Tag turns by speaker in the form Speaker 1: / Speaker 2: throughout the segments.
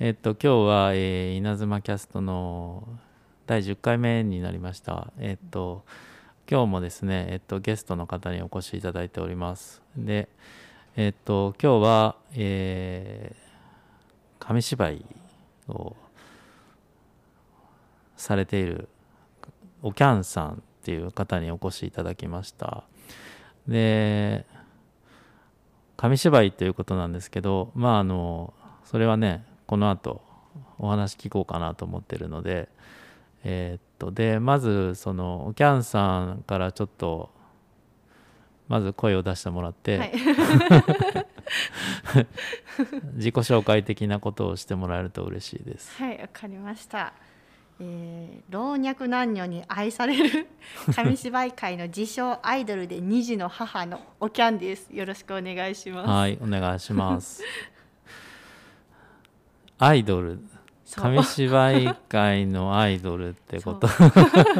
Speaker 1: えっと今日は、えー稲妻キャストの第10回目になりました。えっと今日もですね、えっとゲストの方にお越しいただいております。で、えっと今日は、えー紙芝居をされているおきゃんさんっていう方にお越しいただきました。で紙芝居ということなんですけどまああのそれはねこの後お話聞こうかなと思ってるのでえーっとでまずそのキャンさんからちょっとまず声を出してもらって、
Speaker 2: はい、
Speaker 1: 自己紹介的なことをしてもらえると嬉しいです。
Speaker 2: はい、わかりました。えー老若男女に愛され る紙芝居界の自称アイドルで二児の母のおきゃんです。よろしくお願いします。
Speaker 1: はいお願いし ます。アイドル
Speaker 2: そう
Speaker 1: 紙芝居界のアイドルってこと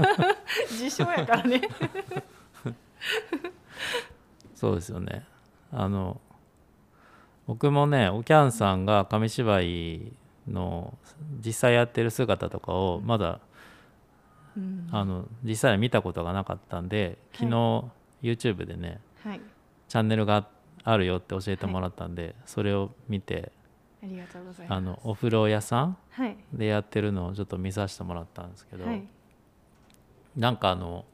Speaker 2: 自称やからね。
Speaker 1: そうですよねあの僕もねおきゃんさんが紙芝居の実際やってる姿とかをまだ
Speaker 2: うん
Speaker 1: あの実際に見たことがなかったんで昨日、YouTube でね
Speaker 2: はい、
Speaker 1: チャンネルがあるよって教えてもらったんで、それを見て
Speaker 2: ありがとうございます。
Speaker 1: あのお風呂屋さん
Speaker 2: はい、
Speaker 1: でやってるのをちょっと見させてもらったんですけど、
Speaker 2: はい、
Speaker 1: なんかあの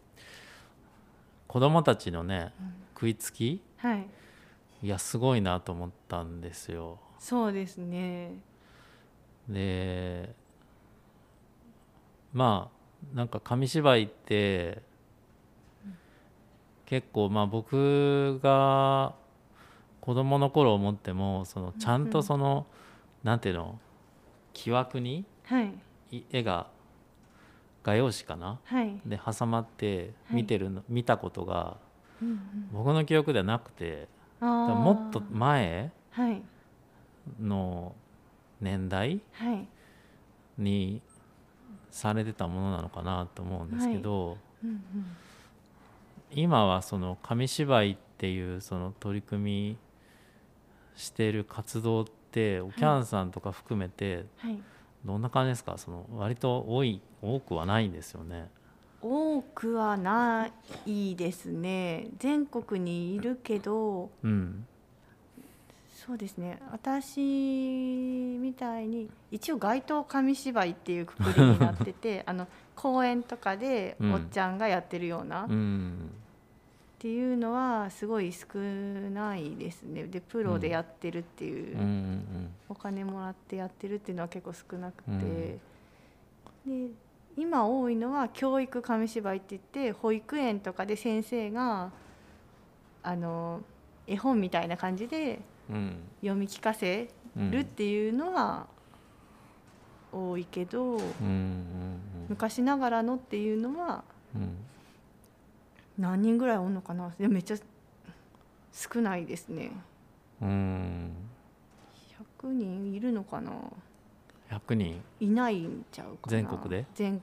Speaker 1: 子供たちのね食いつき
Speaker 2: はい、
Speaker 1: いやすごいなと思ったんですよ。
Speaker 2: そうですね。
Speaker 1: でまあなんか紙芝居って結構まあ僕が子供の頃思ってもそのちゃんとそのなんていうの木枠に
Speaker 2: はい、
Speaker 1: い絵が画用紙かな
Speaker 2: はい、
Speaker 1: で挟まって
Speaker 2: はい
Speaker 1: 見てるの、見たことが
Speaker 2: うんうん
Speaker 1: 僕の記憶ではなくて
Speaker 2: あ
Speaker 1: だ
Speaker 2: ー
Speaker 1: からもっと前
Speaker 2: はい、
Speaker 1: の年代
Speaker 2: はい、
Speaker 1: にされてたものなのかなと思うんですけど、
Speaker 2: うんうん、
Speaker 1: 今はその紙芝居っていうその取り組みしてる活動っておきゃんさんとか含めて
Speaker 2: はい。
Speaker 1: どんな感じですかその割と多い多くはないんですよね。
Speaker 2: 多くはないですね全国にいるけど
Speaker 1: うん、
Speaker 2: そうですね私みたいに一応街頭紙芝居っていうくくりになってて あの公園とかで
Speaker 1: うん
Speaker 2: おっちゃんがやってるようなっ
Speaker 1: うん
Speaker 2: ていうのはすごい少ないですねでプロでやってるって
Speaker 1: う
Speaker 2: い
Speaker 1: ん
Speaker 2: う、
Speaker 1: うんうん
Speaker 2: お金もらってやってるっていうのは結構少なくて、
Speaker 1: うん
Speaker 2: で今多いのは教育紙芝居って言って保育園とかで先生があの絵本みたいな感じで
Speaker 1: うん
Speaker 2: 読み聞かせ
Speaker 1: うん
Speaker 2: るっていうのは多いけど、
Speaker 1: うんうんうん
Speaker 2: 昔ながらのっていうのは
Speaker 1: うん
Speaker 2: 何人ぐらいおんのかないやめっちゃ少ないですね
Speaker 1: うん
Speaker 2: 100人いるのかな
Speaker 1: 100人
Speaker 2: いないんちゃうかな
Speaker 1: 全国で
Speaker 2: 全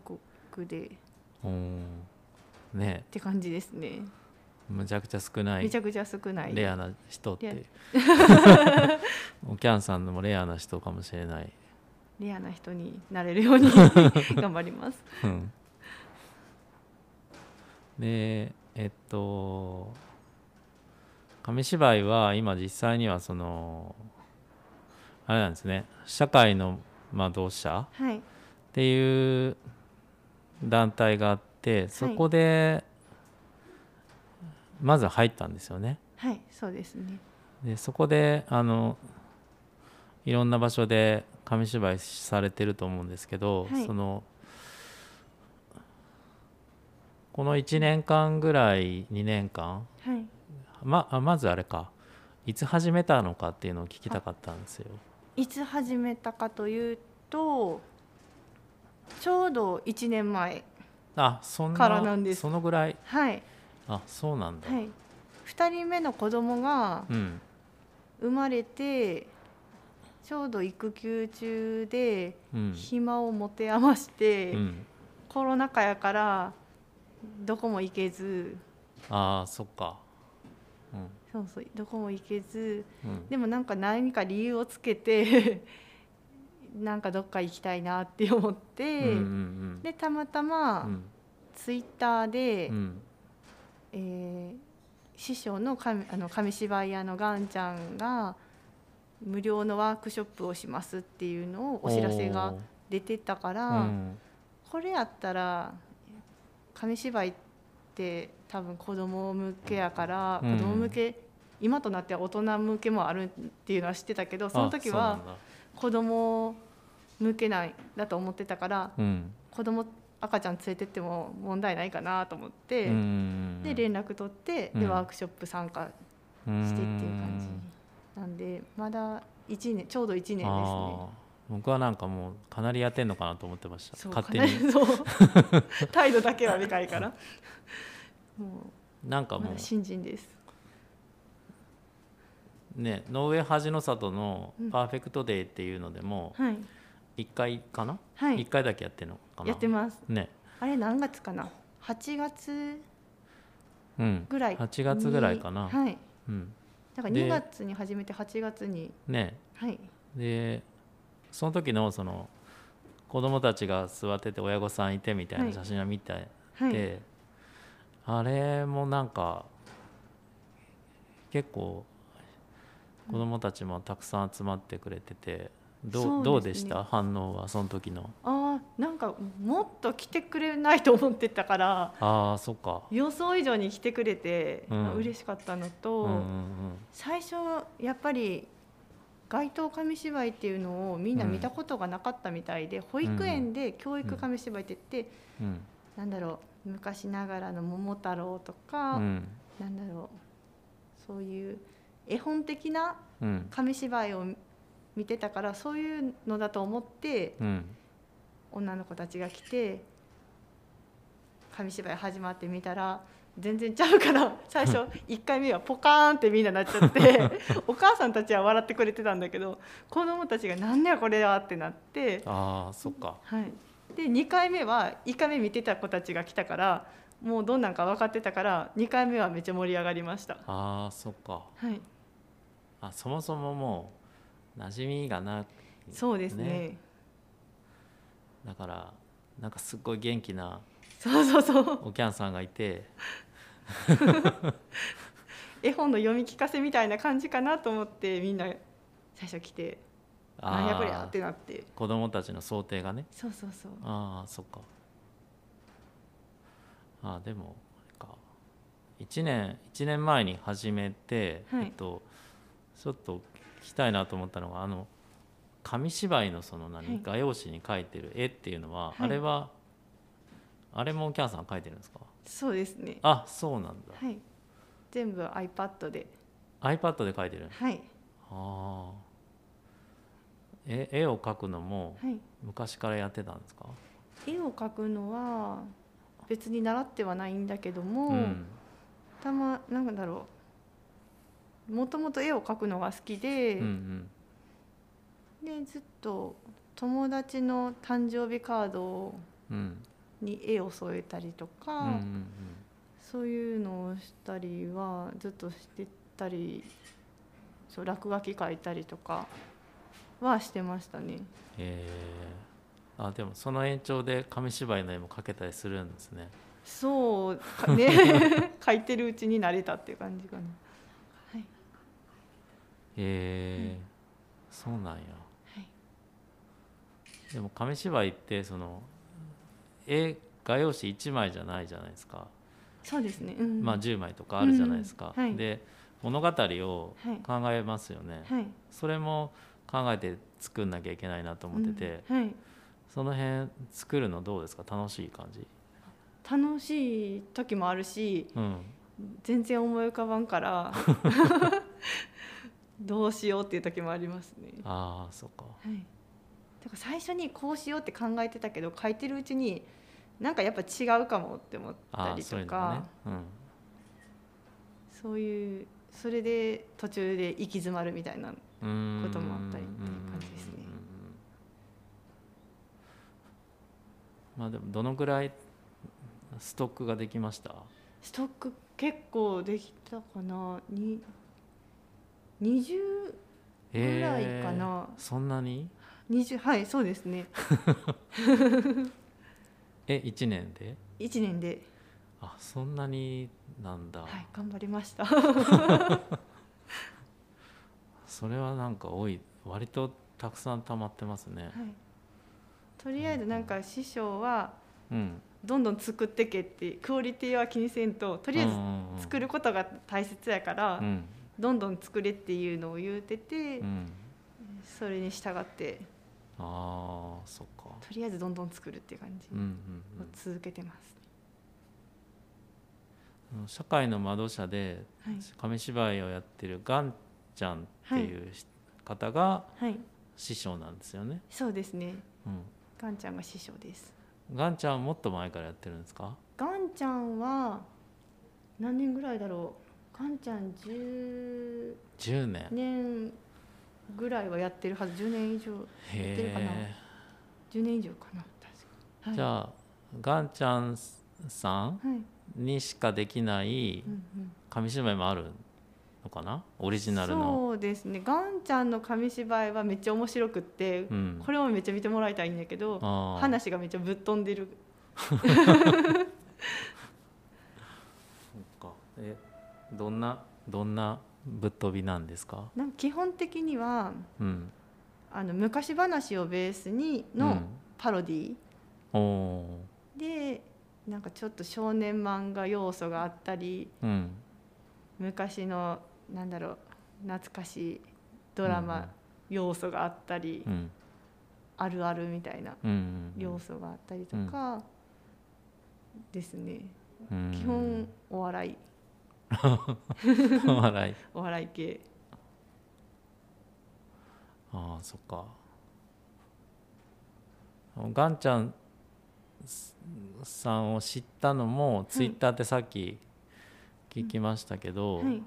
Speaker 2: 国で
Speaker 1: うんね
Speaker 2: って感じですね。
Speaker 1: むちゃくちゃ少ない
Speaker 2: めちゃくちゃ少ない。
Speaker 1: レアな人っていう おきゃんさんのもレアな人かもしれない、
Speaker 2: レアな人になれるように 頑張ります。
Speaker 1: うんでえっと紙芝居は今実際にはそのあれなんですね社会の、まあ、同志社
Speaker 2: はい。
Speaker 1: っていう団体があってそこでまず入ったんですよね。
Speaker 2: はい、そうですね。
Speaker 1: でそこであのいろんな場所で紙芝居されてると思うんですけど、
Speaker 2: はい
Speaker 1: そのこの1年間ぐらい2年間
Speaker 2: はい。
Speaker 1: まあまずあれかいつ始めたのかっていうのを聞きたかったんですよ。
Speaker 2: いつ始めたかというと、ちょうど1年前。
Speaker 1: あそんな
Speaker 2: からなんです
Speaker 1: そのぐらい
Speaker 2: はい。
Speaker 1: あそうなんだ。
Speaker 2: はい。2人目の子供が
Speaker 1: うん
Speaker 2: 生まれて、ちょうど育休中で
Speaker 1: うん
Speaker 2: 暇を持て余して、
Speaker 1: うん、
Speaker 2: コロナ禍やからどこも行けず、
Speaker 1: ああそっか。うん
Speaker 2: そうそうどこも行けず
Speaker 1: うん
Speaker 2: でもなんか何か理由をつけて なんかどっか行きたいなって思って、
Speaker 1: うんうん
Speaker 2: でたまた
Speaker 1: う
Speaker 2: ま、
Speaker 1: ん
Speaker 2: ツイッターで、
Speaker 1: うん
Speaker 2: えー師匠の紙あの紙芝居屋のガンちゃんが無料のワークショップをしますっていうのをお知らせが出てたから、
Speaker 1: おーうん
Speaker 2: これやったら紙芝居って多分子供向けやから、
Speaker 1: うん
Speaker 2: 子供向け今となっては大人向けもあるっていうのは知ってたけどその時
Speaker 1: あ
Speaker 2: は子供向けないだと思ってたから
Speaker 1: そうなんだ
Speaker 2: 子供赤ちゃん連れてっても問題ないかなと思って。
Speaker 1: うんうん
Speaker 2: で連絡取って、
Speaker 1: うん
Speaker 2: でワークショップ参加してっていう感じなんでまだ一年ちょうど1年ですね
Speaker 1: あー僕はなんかもうかなりやってんのかなと思ってました
Speaker 2: そう
Speaker 1: 勝手に
Speaker 2: そう態度だけはでかい からも
Speaker 1: なん
Speaker 2: う
Speaker 1: か
Speaker 2: ま
Speaker 1: も
Speaker 2: だ新人です
Speaker 1: うね「ノーウェイ恥の里の
Speaker 2: うん
Speaker 1: パーフェクトデイ」っていうのでも
Speaker 2: はい
Speaker 1: 1回かな、
Speaker 2: は
Speaker 1: 一
Speaker 2: い
Speaker 1: 回だけやってるのかな
Speaker 2: やってます
Speaker 1: ね
Speaker 2: あれ何月かな8月
Speaker 1: うん
Speaker 2: ぐらい
Speaker 1: 8月ぐらいかな、
Speaker 2: はい
Speaker 1: うん
Speaker 2: だから
Speaker 1: で
Speaker 2: 2月に始めて8月に
Speaker 1: ね
Speaker 2: はい
Speaker 1: でその時のその子供たちが座ってて親御さんいてみたい
Speaker 2: は
Speaker 1: ない写真を見て、
Speaker 2: はい
Speaker 1: であれもなんか結構子供たちもたくさん集まってくれててどうど
Speaker 2: そううで
Speaker 1: ですし
Speaker 2: ね
Speaker 1: た反応はその時の
Speaker 2: ああんかもっと来てくれないと思ってたから
Speaker 1: ああそっか
Speaker 2: 予想以上に来てくれて、
Speaker 1: うん
Speaker 2: 嬉しかったのと、
Speaker 1: うんうんうん
Speaker 2: 最初やっぱり街頭紙芝居っていうのをみんな見たことがなかったみたいで、保育園で教育紙芝居って言って、
Speaker 1: うん
Speaker 2: なんだろう昔ながらの「桃太郎」と
Speaker 1: う
Speaker 2: か、
Speaker 1: ん
Speaker 2: なんだろうそういう絵本的な
Speaker 1: うん
Speaker 2: 紙芝居を見てたからそういうのだと思って
Speaker 1: うん
Speaker 2: 女の子たちが来て紙芝居始まってみたら全然ちゃ うから最初1回目はポカーンってみんななっちゃってお母さんたちは笑ってくれてたんだけど子供たちが「なんだよこれは」ってなって、
Speaker 1: ああそっか
Speaker 2: はい、で2回目は1回目見てた子たちが来たからもうどんなんか分かってたから2回目はめっちゃ盛り上がりました。
Speaker 1: ああそっか
Speaker 2: はい、
Speaker 1: あそもそももう馴染みがな
Speaker 2: そうですね
Speaker 1: ねだからなんかすっごい元気な
Speaker 2: そうそうそう
Speaker 1: おきゃんさんがいて
Speaker 2: 絵本の読み聞かせみたいな感じかなと思ってみんな最初来て「なんやこりゃ」
Speaker 1: あ
Speaker 2: って
Speaker 1: ー
Speaker 2: なって
Speaker 1: 子供たちの想定がね
Speaker 2: そうそうそう
Speaker 1: ああそっかああでもあれか1年1年前に始めて、
Speaker 2: はい
Speaker 1: えっと、ちょっと聞きたいなと思ったのがあの紙芝居のその何、
Speaker 2: はい
Speaker 1: 画用紙に描いてる絵っていうのは、
Speaker 2: い
Speaker 1: あれはあれもキャンさん描いてるんですか
Speaker 2: そうですね。
Speaker 1: あそうなん
Speaker 2: はい。全部 iPad で。
Speaker 1: だ iPad で描いてる
Speaker 2: はい。
Speaker 1: ああえ絵を描くのも
Speaker 2: はい。
Speaker 1: 昔からやってたんですか、
Speaker 2: 絵を描くのは別に習ってはないんだけども、
Speaker 1: うん
Speaker 2: たまなんだろう。もともと絵を描くのが好き
Speaker 1: う
Speaker 2: で、
Speaker 1: んうん
Speaker 2: でずっと友達の誕生日カード
Speaker 1: うん
Speaker 2: に絵を添えたりとか、
Speaker 1: うんうんうん
Speaker 2: そういうのをしたりはずっとしてたり、そう落書き描いたりとかはしてましたね。
Speaker 1: えー、あでもその延長で紙芝居の絵も描けたりするんですね
Speaker 2: そうか ね書いてるうちに慣れたっていう感じかな。はい
Speaker 1: えーそうなんや
Speaker 2: はい
Speaker 1: でも紙芝居ってその絵画用紙1枚じゃないじゃないですか、
Speaker 2: そうですね。うん、
Speaker 1: まあ10枚とかあるじゃないですか、
Speaker 2: うんはい
Speaker 1: で物語を考えますよね、
Speaker 2: はい
Speaker 1: それも考えて作んなきゃいけないなと思ってて、
Speaker 2: うんはい
Speaker 1: その辺作るのどうですか楽しい感じ
Speaker 2: 楽しい時もあるし、
Speaker 1: うん
Speaker 2: 全然思い浮かばん から、どうしようっていう時もありますね。
Speaker 1: ああそっか
Speaker 2: はい。だから最初にこうしようって考えてたけど、書いてるうちになんかやっぱ違うかもって思った
Speaker 1: ああ
Speaker 2: り
Speaker 1: そうい
Speaker 2: と
Speaker 1: うのが
Speaker 2: か
Speaker 1: ね、、うん、
Speaker 2: そういうそれで途中で行き詰まるみたいな。
Speaker 1: ことも
Speaker 2: こともあったりっていう感じですね
Speaker 1: まあでもどのぐらいストックができました
Speaker 2: ストック結構できたかなに20ぐらいか
Speaker 1: えー
Speaker 2: な
Speaker 1: そんなに
Speaker 2: 20はいそうですね
Speaker 1: え1年で
Speaker 2: 1年で
Speaker 1: あそんなになんだ、
Speaker 2: はい頑張りました
Speaker 1: それはなんか多い割とたくさん溜まってますね、
Speaker 2: はい、とりあえずなんか師匠は
Speaker 1: うん
Speaker 2: どんどん作ってけってクオリティは気にせんととりあえず
Speaker 1: ず
Speaker 2: 作
Speaker 1: る
Speaker 2: ることが大切やから、
Speaker 1: うん
Speaker 2: どんどん作れっていうのを言うてて、
Speaker 1: うん
Speaker 2: それに従って
Speaker 1: あーそっか
Speaker 2: とりあえずどんどん作るっていう感じ
Speaker 1: うんうん
Speaker 2: を続けてます、
Speaker 1: うん社会の窓社で紙芝居をやってるガンちゃんっていうし方が
Speaker 2: はい、はい、
Speaker 1: 師匠なんですよね、
Speaker 2: そうですね
Speaker 1: うん、
Speaker 2: ガンちゃんが師匠です
Speaker 1: ガンちゃんはもっと前からやってるんですか
Speaker 2: ガンちゃんは何年ぐらいだろうガンちゃん10
Speaker 1: 10年
Speaker 2: 年ぐらいはやってるはず10年以上やってるかな
Speaker 1: へ
Speaker 2: 10年以上かな確か、は
Speaker 1: え
Speaker 2: い、
Speaker 1: じ
Speaker 2: あ
Speaker 1: ゃあガンちゃんさん
Speaker 2: はい、
Speaker 1: にしかできない
Speaker 2: うんうん、
Speaker 1: 紙芝居もあるのかなオリジナルの
Speaker 2: そうですねガンちゃんの紙芝居はめっちゃ面白くって、
Speaker 1: うん
Speaker 2: これもめっちゃ見てもらいたいんだけど
Speaker 1: あー
Speaker 2: 話がめっちゃぶっ飛んでる
Speaker 1: そっかえどんなどんなぶっ飛びなんですか
Speaker 2: なんか基本的には
Speaker 1: うん
Speaker 2: あの昔話をベースにのパロディ
Speaker 1: うん、おー
Speaker 2: でなんかちょっと少年漫画要素があったり
Speaker 1: うん
Speaker 2: 昔のなんだろう懐かしいドラマ要素があったり、
Speaker 1: うん
Speaker 2: あるあるみたいな
Speaker 1: うんうん
Speaker 2: 要素があったりとか、ですね
Speaker 1: うん
Speaker 2: 基本お笑い
Speaker 1: お笑い
Speaker 2: お笑い系
Speaker 1: ああそっかガンちゃんさんを知ったのもツイッターでさっき聞きましたけど、
Speaker 2: はい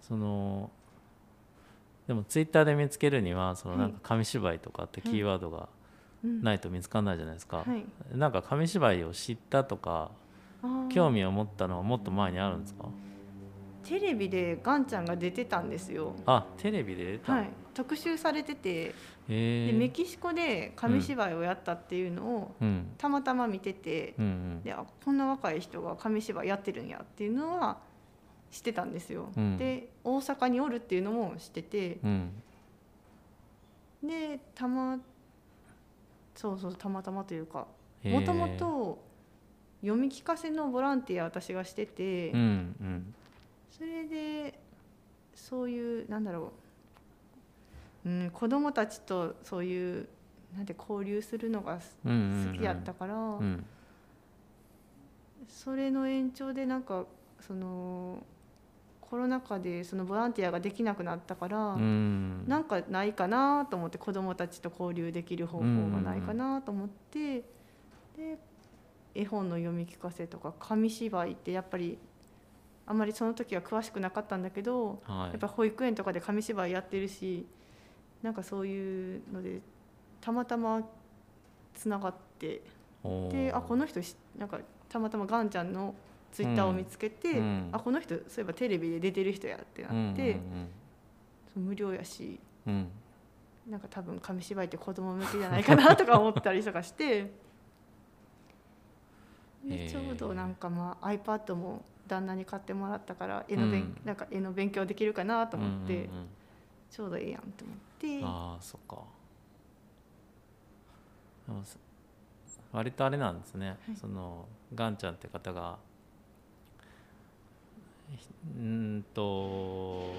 Speaker 1: そのでもツイッターで見つけるにはその
Speaker 2: はい
Speaker 1: なんか紙芝居とかってキーワードが
Speaker 2: うん
Speaker 1: ないと見つからないじゃないですか、
Speaker 2: はい
Speaker 1: なんか紙芝居を知ったとか
Speaker 2: あー
Speaker 1: 興味を持ったのはもっと前にあるんですか、
Speaker 2: テレビでガンちゃんが出てたんですよ
Speaker 1: あテレビで出た、
Speaker 2: はい特集されてて
Speaker 1: へ
Speaker 2: で
Speaker 1: え
Speaker 2: メキシコで紙芝居をやったっていうのを
Speaker 1: うん
Speaker 2: たまたま見てて
Speaker 1: うんうん
Speaker 2: であこんな若い人が紙芝居やってるんやっていうのは知ってたんですよ、
Speaker 1: うん
Speaker 2: で大阪におるっていうのも知ってて
Speaker 1: うん
Speaker 2: でたまそうそうたまたまというか
Speaker 1: へえ
Speaker 2: もともと読み聞かせのボランティア私がしてて、
Speaker 1: うんうん
Speaker 2: それでそういうなんだろう、うん、子供たちとそういうなんて交流するのがす
Speaker 1: うんうんうん
Speaker 2: 好きやったから、
Speaker 1: うん
Speaker 2: それの延長でなんかそのコロナ禍でそのボランティアができなくなったから、
Speaker 1: うん
Speaker 2: なんかないかなと思って子どもたちと交流できる方法がないかなと思って、で絵本の読み聞かせとか紙芝居ってやっぱりあまりその時は詳しくなかったんだけど、
Speaker 1: はい
Speaker 2: やっぱ保育園とかで紙芝居やってるしなんかそういうのでたまたまつながって
Speaker 1: おー
Speaker 2: であこの人しなんかたまたまガンちゃんのツイッターを見つけて、
Speaker 1: うん
Speaker 2: あこの人そういえばテレビで出てる人やってなって、
Speaker 1: うん
Speaker 2: そう無料やし
Speaker 1: うんうん
Speaker 2: なんか多分紙芝居って子供向けじゃないかなとか思ったりとかして
Speaker 1: へ
Speaker 2: で
Speaker 1: え
Speaker 2: ちょうどなんかまあ iPad も旦那に買ってもらったから絵の
Speaker 1: う
Speaker 2: 勉
Speaker 1: ん
Speaker 2: なんか絵の勉強できるかなと思って、
Speaker 1: うんうん
Speaker 2: ちょうどええやんと思
Speaker 1: う
Speaker 2: っ
Speaker 1: ん
Speaker 2: て。
Speaker 1: ああそっかでもす割とあれなんですね、
Speaker 2: はい
Speaker 1: そのガンちゃんって方がひうーんと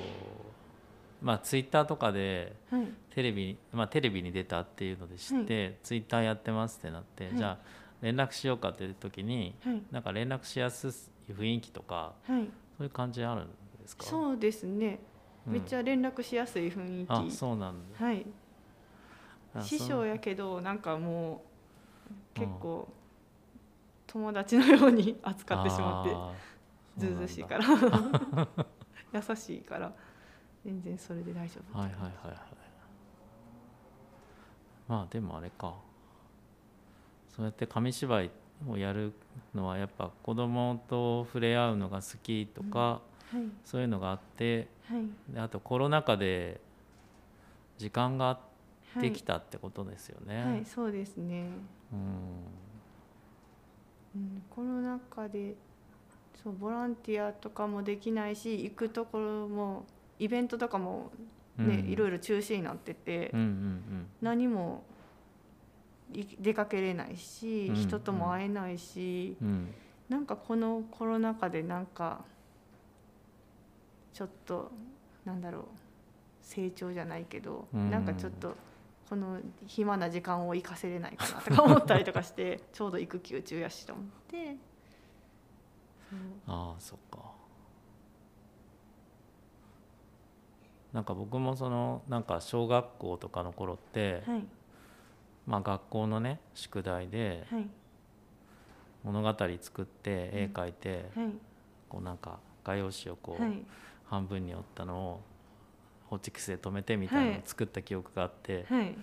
Speaker 1: まあツイッターとかで
Speaker 2: はい
Speaker 1: テレビ、まあ、テレビに出たっていうので知って、ツイッターやってますってなって、
Speaker 2: はい
Speaker 1: じゃあ連絡しようかっていう時に
Speaker 2: はい
Speaker 1: なんか連絡しやすい雰囲気とか
Speaker 2: はい、
Speaker 1: そういう感じあるんですか
Speaker 2: そうですね、
Speaker 1: うん
Speaker 2: めっちゃ連絡しやすい雰囲気
Speaker 1: あそうなんだ
Speaker 2: はい
Speaker 1: あ
Speaker 2: 師
Speaker 1: そ
Speaker 2: 匠
Speaker 1: う
Speaker 2: やけどなんかもう
Speaker 1: うん
Speaker 2: 結構友達のように扱ってしまって
Speaker 1: あー
Speaker 2: ずうずうしい から優しいから全然それで大丈夫
Speaker 1: はいはいはいはいまあでもあれかそうやって紙芝居をやるのはやっぱ子供と触れ合うのが好きとか、
Speaker 2: はい
Speaker 1: そういうのがあって
Speaker 2: はい
Speaker 1: であとコロナ禍で時間があっできたってことですよね。
Speaker 2: はい、そうですね。
Speaker 1: うん
Speaker 2: うん、コロナ禍でそうボランティアとかもできないし行くところもイベントとかもね、いろい
Speaker 1: ろ、
Speaker 2: ろ中止になってて、
Speaker 1: うんうん
Speaker 2: 何もい出かけれないし、
Speaker 1: うん
Speaker 2: 人とも会えないし、
Speaker 1: うんうん、
Speaker 2: なんかこのコロナ禍でなんかちょっとなんだろう成長じゃないけど、
Speaker 1: うん
Speaker 2: なんかちょっとこの暇な時間を生かせれないかなとか思ったりとかして ちょうど育休中やしと思ってそう
Speaker 1: ああそっかなんか僕もそのなんか小学校とかの頃って、
Speaker 2: はい
Speaker 1: まあ、学校のね宿題で
Speaker 2: はい
Speaker 1: 物語作って絵描いて、
Speaker 2: はい
Speaker 1: こうなんか画用紙をこう、
Speaker 2: はい
Speaker 1: 半分に折ったのをホチキスで留めてみたいなのを作った記憶があって、
Speaker 2: はい、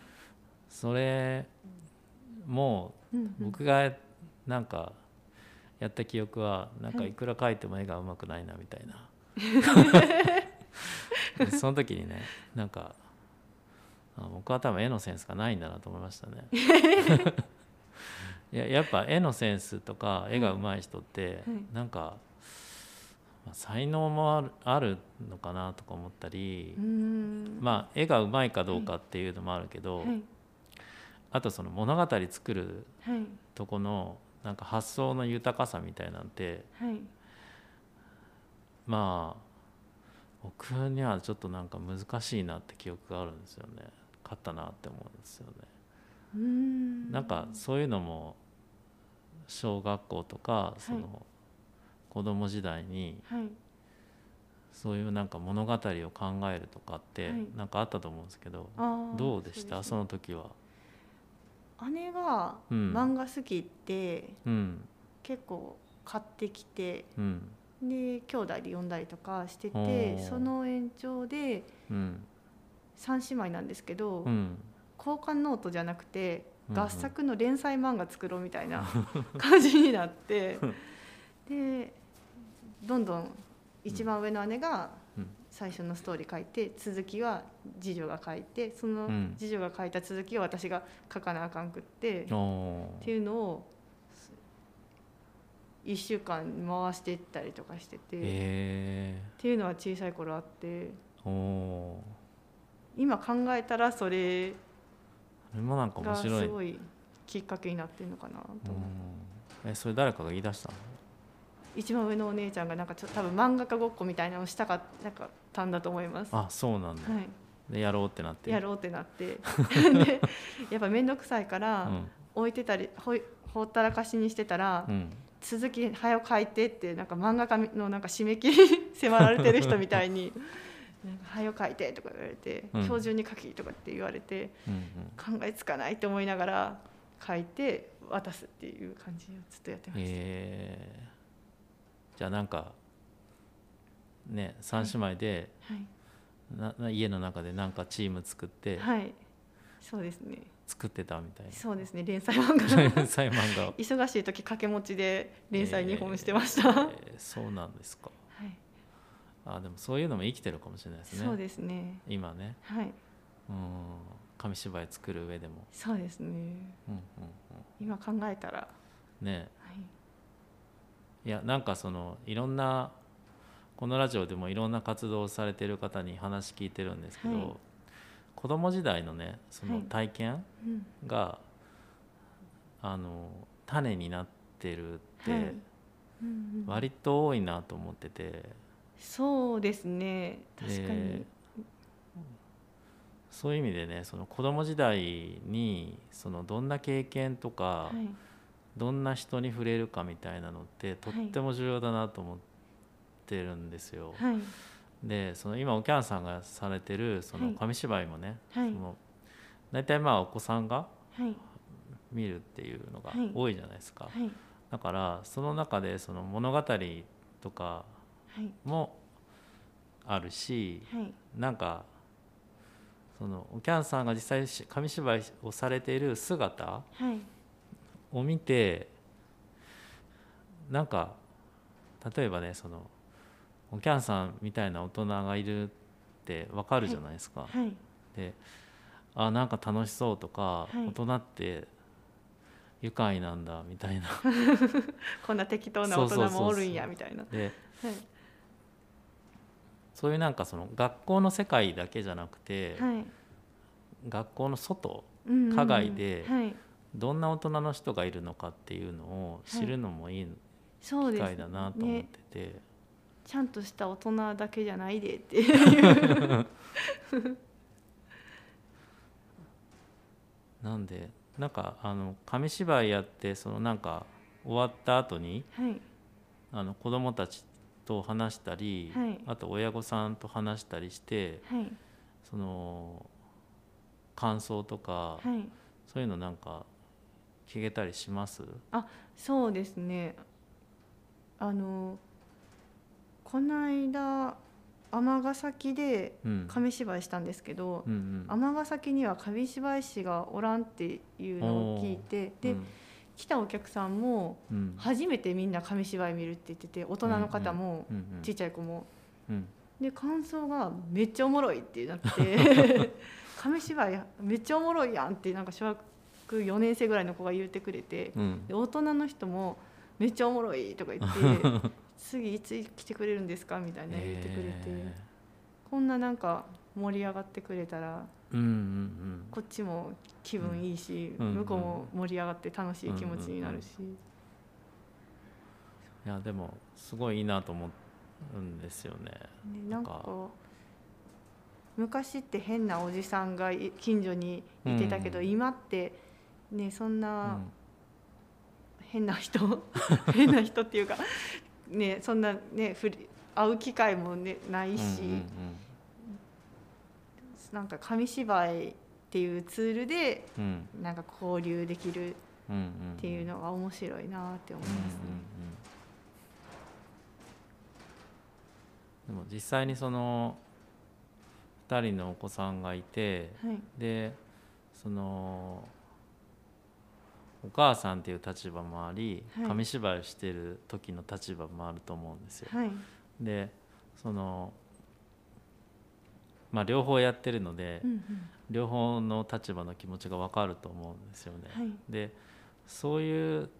Speaker 1: それも
Speaker 2: うんうん
Speaker 1: 僕がなんかやった記憶はなんか
Speaker 2: は
Speaker 1: い
Speaker 2: い
Speaker 1: くら描いても絵がうまくないなみたいな でその時にねなんかあ僕は多分絵のセンスがないんだなと思いました ねいややっぱ絵のセンスとか絵が上手い人って
Speaker 2: はい
Speaker 1: なんか、まあ才能もあるあるのかなとか思ったり
Speaker 2: うー、ん
Speaker 1: まあ絵が上手いかどうかっていうのもあるけど、
Speaker 2: はい
Speaker 1: あとその物語作る
Speaker 2: はい
Speaker 1: とこのなんか発想の豊かさみたいなんて
Speaker 2: はい
Speaker 1: まあ僕にはちょっとなんか難しいなって記憶があるんですよね勝ったなって思うんですよね、
Speaker 2: うーん
Speaker 1: なんかそういうのも小学校とかその、
Speaker 2: はい
Speaker 1: 子供時代に
Speaker 2: はい
Speaker 1: そういうなんか物語を考えるとかって
Speaker 2: はい
Speaker 1: なんかあったと思うんですけど、
Speaker 2: あー
Speaker 1: どうでしたそ
Speaker 2: そう
Speaker 1: の時は
Speaker 2: です姉が
Speaker 1: うん
Speaker 2: 漫画好きって
Speaker 1: うん
Speaker 2: 結構買ってきて
Speaker 1: うん
Speaker 2: で兄弟で読んだりとかして
Speaker 1: お
Speaker 2: て
Speaker 1: ー
Speaker 2: その延長で
Speaker 1: うん
Speaker 2: 3姉妹なんですけど、
Speaker 1: うん
Speaker 2: 交換ノートじゃなくて
Speaker 1: うんうん
Speaker 2: 合作の連載漫画作ろうみた いな感じになってでどんどん一番上の姉が
Speaker 1: うん
Speaker 2: 最初のストーリー書いて続きは次女が書いてそうの
Speaker 1: ん
Speaker 2: 次女が書いた続きを私が書かなあかんくって。
Speaker 1: お
Speaker 2: って
Speaker 1: ー
Speaker 2: いうのを1週間回していったりとかしてて、
Speaker 1: え
Speaker 2: っていうのは小さい頃あって
Speaker 1: ー、おー
Speaker 2: 今考えたらそれ
Speaker 1: あれもなんか面
Speaker 2: がす
Speaker 1: 白い
Speaker 2: ごいきっかけになってるのかなと、
Speaker 1: うんえそれ誰かが言い出したの
Speaker 2: 一番上のお姉ちゃんがなんかちょ多分漫画家ごっこみたいなのをしたかなんかったんだと思います。は
Speaker 1: あそうなんだ、
Speaker 2: い、
Speaker 1: でやろうってなって
Speaker 2: やろうってなって でやっぱ面倒くさいから、
Speaker 1: うん
Speaker 2: 置いてたりほいほったらかしにしてたら、
Speaker 1: うん、
Speaker 2: 続き早く書いてってなんか漫画家のなんか締め切り迫られてる人みた いに「なんか早く書いて」とか言われて「
Speaker 1: うん
Speaker 2: 今日中に書き」とかって言われて
Speaker 1: うんうん
Speaker 2: 考えつかないと思いながら書いて渡すっていう感じをずっとやってました。
Speaker 1: えーじゃあなんかね三姉妹で、なな家の中でなんかチーム作って、
Speaker 2: はい、はい、そうですね
Speaker 1: 作ってたみたいな
Speaker 2: そうですね連載漫画
Speaker 1: 連載漫画を
Speaker 2: 忙しい時掛け持ちで 連載2本してました、は
Speaker 1: えーそうなんですか
Speaker 2: い、
Speaker 1: あでもそういうのも生きてるかもしれないですね
Speaker 2: そうですね
Speaker 1: 今ね
Speaker 2: はい
Speaker 1: うん紙芝居作る上でも、
Speaker 2: そうですね
Speaker 1: うんうん
Speaker 2: 今考えたら、
Speaker 1: うん、ねえ
Speaker 2: はい、
Speaker 1: いやなんかそのいろんなこのラジオでもいろんな活動をされてる方に話聞いてるんですけど、
Speaker 2: はい
Speaker 1: 子供時代のねそ
Speaker 2: は
Speaker 1: の
Speaker 2: い
Speaker 1: 体験
Speaker 2: うん
Speaker 1: が、あの種になってるって、
Speaker 2: はいうんうん、
Speaker 1: 割と多いなと思ってて
Speaker 2: そうですね確か
Speaker 1: で
Speaker 2: に、
Speaker 1: そういう意味でねその子供時代にそのどんな経験とか、
Speaker 2: はい、
Speaker 1: どんな人に触れるかみたいなのってとっても重要だなと思ってるんですよ。
Speaker 2: はい
Speaker 1: でその今おきゃんさんがされてるそ
Speaker 2: は
Speaker 1: の
Speaker 2: い
Speaker 1: 紙芝居もね、
Speaker 2: はい
Speaker 1: その大体まあお子さんが
Speaker 2: はい
Speaker 1: 見るっていうのが
Speaker 2: はい
Speaker 1: 多いじゃないですか、
Speaker 2: はい
Speaker 1: だからその中でその物語とか
Speaker 2: はい
Speaker 1: もあるし
Speaker 2: はい
Speaker 1: なんかそのおきゃんさんが実際し紙芝居をされている姿
Speaker 2: はい
Speaker 1: を見てなんか例えばねそのおきゃんさんみたいな大人がいるってわかるじゃないですか。
Speaker 2: はい
Speaker 1: であなんか楽しそうとか、
Speaker 2: はい
Speaker 1: 大人って愉快なんだみたいな
Speaker 2: こんな適当な大人もおるんや
Speaker 1: そうそうそうそう
Speaker 2: みたいな。
Speaker 1: で
Speaker 2: は
Speaker 1: そういうなんかその学校の世界だけじゃなくて、
Speaker 2: いはい
Speaker 1: 学校の外
Speaker 2: うんうんうん
Speaker 1: 課外で
Speaker 2: はい、
Speaker 1: どんな大人の人がいるのかっていうのを知るのもいい
Speaker 2: そう
Speaker 1: 機
Speaker 2: です
Speaker 1: 会だなと思っ
Speaker 2: ね
Speaker 1: てて、
Speaker 2: ちゃんとした大人だけじゃないでっ ていう
Speaker 1: なんでなんかあの紙芝居やってそのなんか終わった後に
Speaker 2: はい
Speaker 1: あの子どもたちと話したり、
Speaker 2: はい
Speaker 1: あと親御さんと話したりして
Speaker 2: はい
Speaker 1: その感想とか、
Speaker 2: はい
Speaker 1: そういうのなんか聞けたりします
Speaker 2: そうですねあのこの間尼崎で
Speaker 1: うん
Speaker 2: 紙芝居したんですけど
Speaker 1: うんうん
Speaker 2: 尼、崎には紙芝居師がおらんっていうのを聞いてで、
Speaker 1: うん
Speaker 2: 来たお客さんも
Speaker 1: うん
Speaker 2: 初めてみんな紙芝居見るって言ってて大人の方も
Speaker 1: うんうん
Speaker 2: ちっちゃい子も
Speaker 1: うん
Speaker 2: で感想が「めっちゃおもろい」ってな って「紙芝居めっちゃおもろいやん」ってなんか小学4年生ぐらいの子が言ってくれて
Speaker 1: うん
Speaker 2: で大人の人も「めっちゃおもろい」とか言 って「次いつ来てくれるんですか?」みたいな言ってくれて、
Speaker 1: え
Speaker 2: こんななんか盛り上がってくれたら
Speaker 1: ーうんうん
Speaker 2: こっちも気分いいし、
Speaker 1: うん
Speaker 2: 向こうも盛り上がって楽しい気持ちになるし、
Speaker 1: うんいやでもすごいいいなと思うんですよね。
Speaker 2: ね、なんか昔って変なおじさんがい近所にいてたけど、
Speaker 1: うん
Speaker 2: 今ってねそん
Speaker 1: う
Speaker 2: なん変な人、 変な人っていうかねそんなねふり会う機会も、ね、ないし、
Speaker 1: うんうん
Speaker 2: なんか紙芝居っていうツールで
Speaker 1: うんうん
Speaker 2: なんか交流できるっ
Speaker 1: うんうんん
Speaker 2: ていうのが面白いなって思いますね。
Speaker 1: うんうんうんでも実際にその2人のお子さんがいて
Speaker 2: はい
Speaker 1: でそのお母さんっていう立場もあり、
Speaker 2: はい
Speaker 1: 紙芝居をしてる時の立場もあると思うんですよ。
Speaker 2: はい
Speaker 1: でそのまあ両方やってるので、
Speaker 2: うんうん
Speaker 1: 両方の立場の気持ちが分かると思うんですよね。
Speaker 2: はい
Speaker 1: でそういう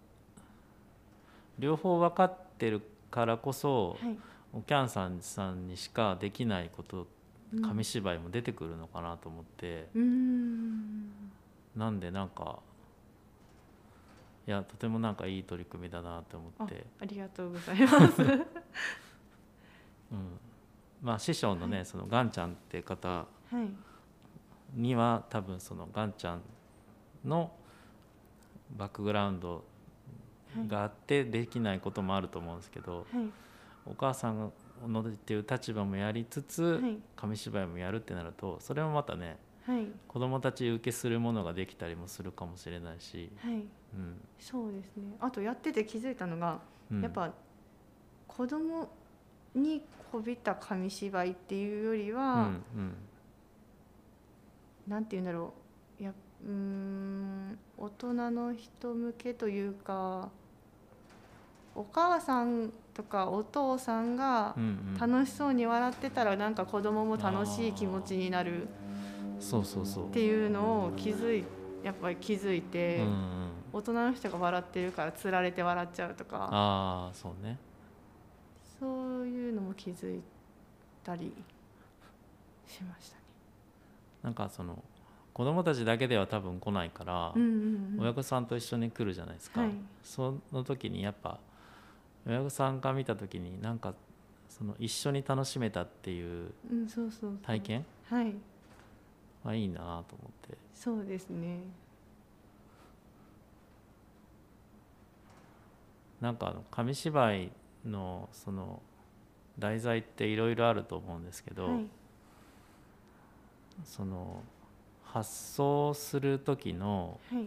Speaker 1: 両方分かってるからこそ、
Speaker 2: はい
Speaker 1: おキャンさんさんにしかできないこと
Speaker 2: うん
Speaker 1: 紙芝居も出てくるのかなと思って、
Speaker 2: うーん
Speaker 1: なんでなんかいやとてもなんかいい取り組みだなと思
Speaker 2: あ
Speaker 1: って、
Speaker 2: ありがとうございます。 は
Speaker 1: うん、まあ師匠のね、そのガンちゃんって方
Speaker 2: い
Speaker 1: には多分そのガンちゃんのバックグラウンドがあってできないこともあると思うんですけど、
Speaker 2: はい
Speaker 1: お母さんのっていう立場もやりつつ、
Speaker 2: い
Speaker 1: 紙芝居もやるってなるとそれもまたね
Speaker 2: はい
Speaker 1: 子どもたち受けするものができたりもするかもしれないし、
Speaker 2: はい
Speaker 1: うん
Speaker 2: そうですねあとやってて気づいたのが、
Speaker 1: うん
Speaker 2: やっぱ子供にこびた紙芝居っていうより
Speaker 1: う
Speaker 2: は
Speaker 1: ん、うん
Speaker 2: なんて言うんだろういやうーん大人の人向けというかお母さんとかお父さんが
Speaker 1: うんうん
Speaker 2: 楽しそうに笑ってたらなんか子供も楽しい気持ちになるっ
Speaker 1: そうそうそう、
Speaker 2: ていうのを気づいやっぱり気づいて。
Speaker 1: うんうん、
Speaker 2: 大人の人が笑ってるからつられて笑っちゃうとか
Speaker 1: ああそうね
Speaker 2: そういうのも気づいたりしましたね。
Speaker 1: なんかその子どもたちだけでは多分来ないから、
Speaker 2: うんうんうん
Speaker 1: 親御さんと一緒に来るじゃないですか、
Speaker 2: はい
Speaker 1: その時にやっぱ親御さんが見た時になんかその一緒に楽しめたっていう
Speaker 2: うん、そうそうそう
Speaker 1: 体験
Speaker 2: はい
Speaker 1: はいいなと思って
Speaker 2: そうですね
Speaker 1: なんかあの紙芝居のその題材っていろいろあると思うんですけど、
Speaker 2: はい
Speaker 1: その発想する時の
Speaker 2: はい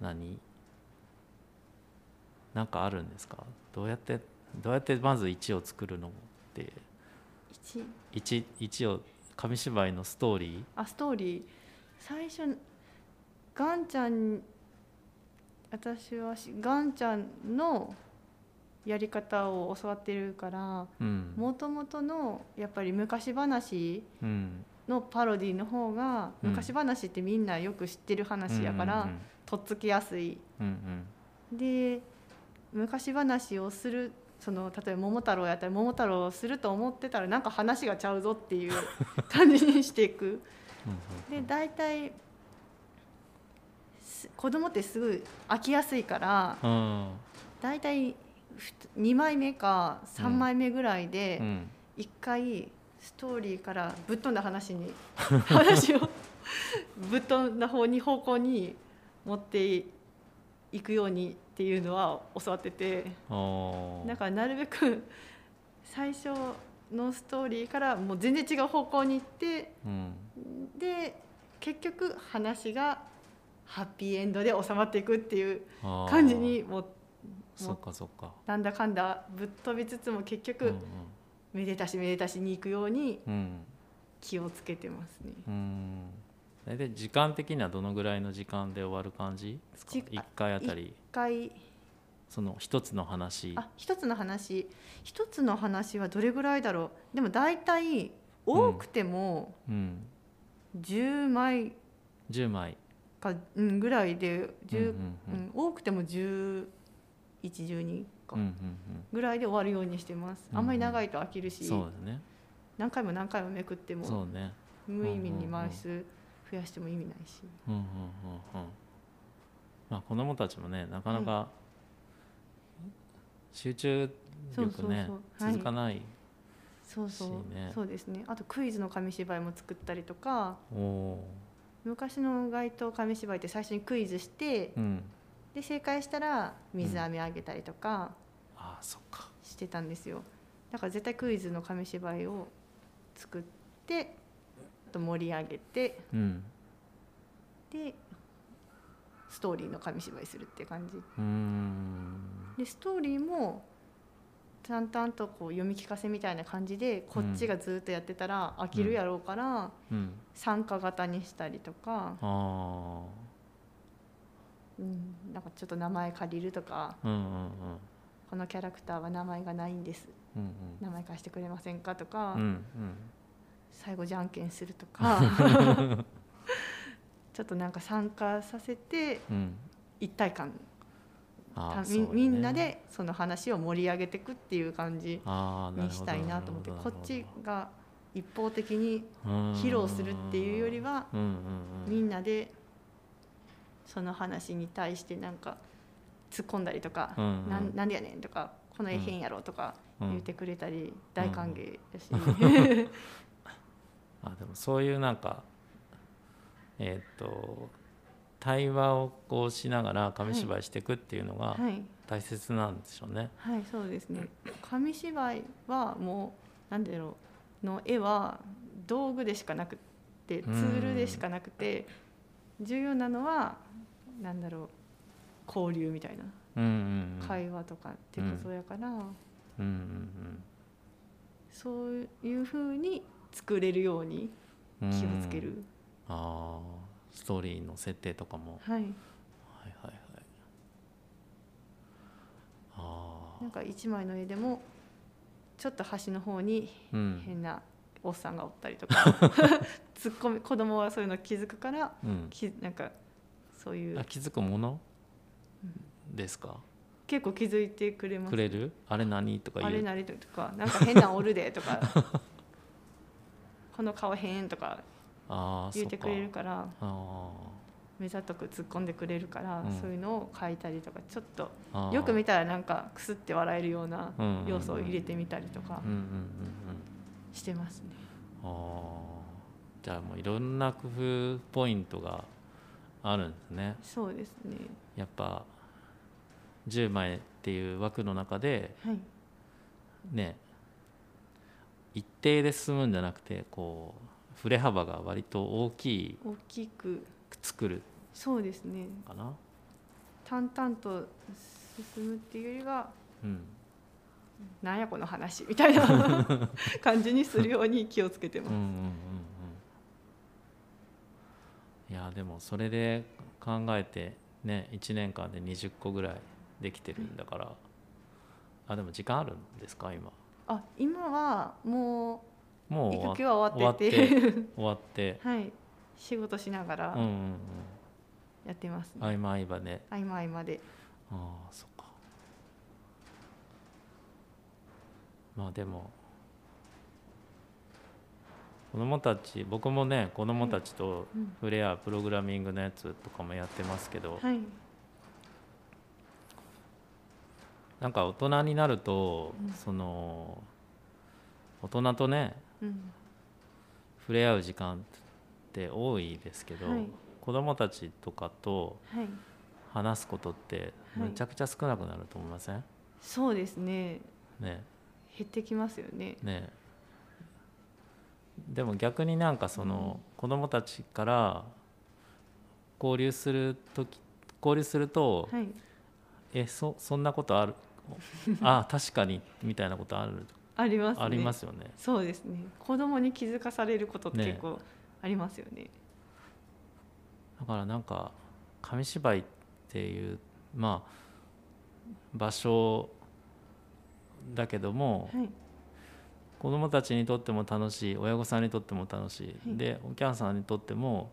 Speaker 1: 何なんかあるんですかどうやってどうやってまず1を作るのって
Speaker 2: 一
Speaker 1: 1, 1を紙芝居のストーリ
Speaker 2: あストーリー最初ガンちゃん私はしガンちゃんのやり方を教わってるから
Speaker 1: ー、うん
Speaker 2: もともとのやっぱり昔話
Speaker 1: うん
Speaker 2: のパロディの方が
Speaker 1: うん
Speaker 2: 昔話ってみんなよく知ってる話やから、とっつきやすい
Speaker 1: うんうん
Speaker 2: で昔話をするその例えば「桃太郎」やったら「桃太郎」をすると思ってたらなんか話がちゃうぞっていう 感じにしていく。
Speaker 1: うんうん
Speaker 2: で大体す子供ってすごい飽きやすいから
Speaker 1: うん
Speaker 2: 大体ふつ2枚目か3枚目ぐらいで
Speaker 1: うん
Speaker 2: 1回ストーリーからぶっ飛んだ話に 話をぶっ飛んだ方に方向に持っていくようにっていうのは教わってて。
Speaker 1: おー
Speaker 2: だからなるべく最初のストーリーからもう全然違う方向に行って
Speaker 1: うん
Speaker 2: で結局話がハッピーエンドで収まっていくっていう
Speaker 1: あー
Speaker 2: 感じにもう
Speaker 1: そっかそっか
Speaker 2: なんだかんだぶっ飛びつつも結局、めでたしめでたしに行くように
Speaker 1: うんうん
Speaker 2: 気をつけてますね。
Speaker 1: うんうん大体時間的にはどのぐらいの時間で終わる感じですか
Speaker 2: じ
Speaker 1: 1回あたり
Speaker 2: 一回
Speaker 1: その一つの話
Speaker 2: あ一つの話一つの話はどれぐらいだろうでも大体多くても
Speaker 1: うん
Speaker 2: 10枚
Speaker 1: 10枚
Speaker 2: か、うん、ぐらい
Speaker 1: う
Speaker 2: で
Speaker 1: んう
Speaker 2: 10
Speaker 1: んう
Speaker 2: うんん、多くても1112か
Speaker 1: うんうんうん
Speaker 2: ぐらいで終わるようにしてます、
Speaker 1: うんうん
Speaker 2: あんまり長いと飽きるし、
Speaker 1: そうですね
Speaker 2: 何回も何回もめくって
Speaker 1: そ
Speaker 2: も
Speaker 1: うね
Speaker 2: 無意味
Speaker 1: うんう
Speaker 2: に
Speaker 1: んうん
Speaker 2: 枚数増やしても意味ないし、
Speaker 1: うんうんうんうんまあ子供たちもねなかなか集中力ね
Speaker 2: そうそうそうはい
Speaker 1: 続かない
Speaker 2: そうそう
Speaker 1: しね
Speaker 2: そうですねあとクイズの紙芝居も作ったりとか
Speaker 1: おお
Speaker 2: 昔の街頭紙芝居って最初にクイズして
Speaker 1: ーうん
Speaker 2: で正解したら水飴あげたりとか
Speaker 1: ああそっか
Speaker 2: してたんですよだから絶対クイズの紙芝居を作ってあと盛り上げて
Speaker 1: うん
Speaker 2: でストーリーの紙芝居するって感じ
Speaker 1: うーん
Speaker 2: でストーリーも淡々とこう読み聞かせみたいな感じでこっちがずっとやってたら飽きるやろうから、
Speaker 1: うん
Speaker 2: 参加型にしたりとか、
Speaker 1: あ
Speaker 2: うん、なんかちょっと名前借りるとか
Speaker 1: あうんうんうん
Speaker 2: このキャラクターは名前がないんです
Speaker 1: うん
Speaker 2: 名前貸してくれませんかとか、
Speaker 1: うんうんうん
Speaker 2: 最後じゃんけんすると かちょっとなんか参加させて
Speaker 1: うん
Speaker 2: 一体感
Speaker 1: あ
Speaker 2: た
Speaker 1: あ
Speaker 2: み
Speaker 1: そうよね
Speaker 2: みんなでその話を盛り上げていくっていう感じ
Speaker 1: ああなる
Speaker 2: に
Speaker 1: ほど
Speaker 2: したいなと思って
Speaker 1: なる
Speaker 2: こ
Speaker 1: ほ
Speaker 2: っ
Speaker 1: ど
Speaker 2: ちが一方的に披
Speaker 1: 披
Speaker 2: 露するっていうよりは
Speaker 1: うんうんうん
Speaker 2: みんなでその話に対してなんか突っ込んだりとか
Speaker 1: うんう
Speaker 2: 「
Speaker 1: ん
Speaker 2: なんなんでやねん」とか「この絵
Speaker 1: うん
Speaker 2: 変やろ」とか
Speaker 1: うん
Speaker 2: 言ってくれたり大歓迎だし
Speaker 1: あでもそういうなんかえーっと対話をこうしながら紙芝居していくっていうのが
Speaker 2: はい
Speaker 1: 大切なんでしょうね。
Speaker 2: はいそうですね紙芝居はもう何だろうの絵は道具でしかなくてツールでしかなくて重要なのは何だろう交流みたいな
Speaker 1: うんうんうん
Speaker 2: 会話とかってことやから、
Speaker 1: うんうん
Speaker 2: そういうふうに作れるように
Speaker 1: うんうん
Speaker 2: 気をつける、
Speaker 1: ああストーリーの設定とかも。
Speaker 2: はい
Speaker 1: はいはいはい。あ
Speaker 2: なんか一枚の絵でもちょっと端の方に
Speaker 1: あ。うん。
Speaker 2: 変なおっさんがおったり とかツッコミ子供はそういうの気づくから
Speaker 1: うん。
Speaker 2: きなんかそうい
Speaker 1: あ
Speaker 2: う
Speaker 1: 気づくものですか。
Speaker 2: 結構気づいてくれます
Speaker 1: くれる？あれ何とか
Speaker 2: あれ
Speaker 1: 言う。
Speaker 2: なりとかなんか変なんおるでとかこの顔変とか
Speaker 1: ああそ
Speaker 2: 言
Speaker 1: っ
Speaker 2: って
Speaker 1: か
Speaker 2: く。れるから
Speaker 1: あ
Speaker 2: 目ざとく突っ込んでくれるから、
Speaker 1: うん
Speaker 2: そういうのを書いたりとかちょっと
Speaker 1: あああ。
Speaker 2: よく見たらなんかくすって笑えるような
Speaker 1: うんうんうん
Speaker 2: 要素を入れてみたりとか
Speaker 1: うんうんうんうん。
Speaker 2: してますね。
Speaker 1: あーじゃあもういろんな工夫ポイントがあるんですね
Speaker 2: そうですね。
Speaker 1: やっぱ10枚っていう枠の中で
Speaker 2: はい。
Speaker 1: ね一定で進むんじゃなくてこう振れ幅が割と大き
Speaker 2: 大きく
Speaker 1: く作る
Speaker 2: そうですね。
Speaker 1: かな
Speaker 2: 淡々と進むっていうよりは。
Speaker 1: うん
Speaker 2: なんやこの話みたいな 感じにするように気をつけて
Speaker 1: うん
Speaker 2: ま
Speaker 1: うん
Speaker 2: す。
Speaker 1: うんうんいやでもそれで考えてね1年間で20個ぐらいできてるんだから、あでも時間あるんですか今
Speaker 2: あ今はもう
Speaker 1: もう終わ
Speaker 2: 育
Speaker 1: っ
Speaker 2: 休は終わってて
Speaker 1: 終わって、
Speaker 2: はい仕事しながら
Speaker 1: うんうん
Speaker 2: やってます、
Speaker 1: うん、合間合間で
Speaker 2: 合間合間で
Speaker 1: ああそっかまあでも子供たち僕もね子供たちと
Speaker 2: うん
Speaker 1: 触れ合うプログラミングのやつとかもやってますけど、
Speaker 2: はい
Speaker 1: なんか大人になると、
Speaker 2: うん
Speaker 1: その大人とね
Speaker 2: うん
Speaker 1: 触れ合う時間って多いですけど、
Speaker 2: はい
Speaker 1: 子供たちとかと
Speaker 2: はい
Speaker 1: 話すことって
Speaker 2: はい
Speaker 1: めちゃくちゃ少なくなると思いません、
Speaker 2: そうですね
Speaker 1: ね
Speaker 2: 減ってきますよね
Speaker 1: ねでも逆になんかその子供たちから交流する時交流すると、
Speaker 2: はい
Speaker 1: えそそんなことある あ確かにみたいなことある
Speaker 2: ありますね
Speaker 1: ありますよね。
Speaker 2: そうですね子供に気づかされることって
Speaker 1: ね
Speaker 2: 結構ありますよね
Speaker 1: だからなんか紙芝居っていうまあ場所だけども、
Speaker 2: はい
Speaker 1: 子どもたちにとっても楽しい親御さんにとっても楽しい、
Speaker 2: い
Speaker 1: でおきゃんさんにとっても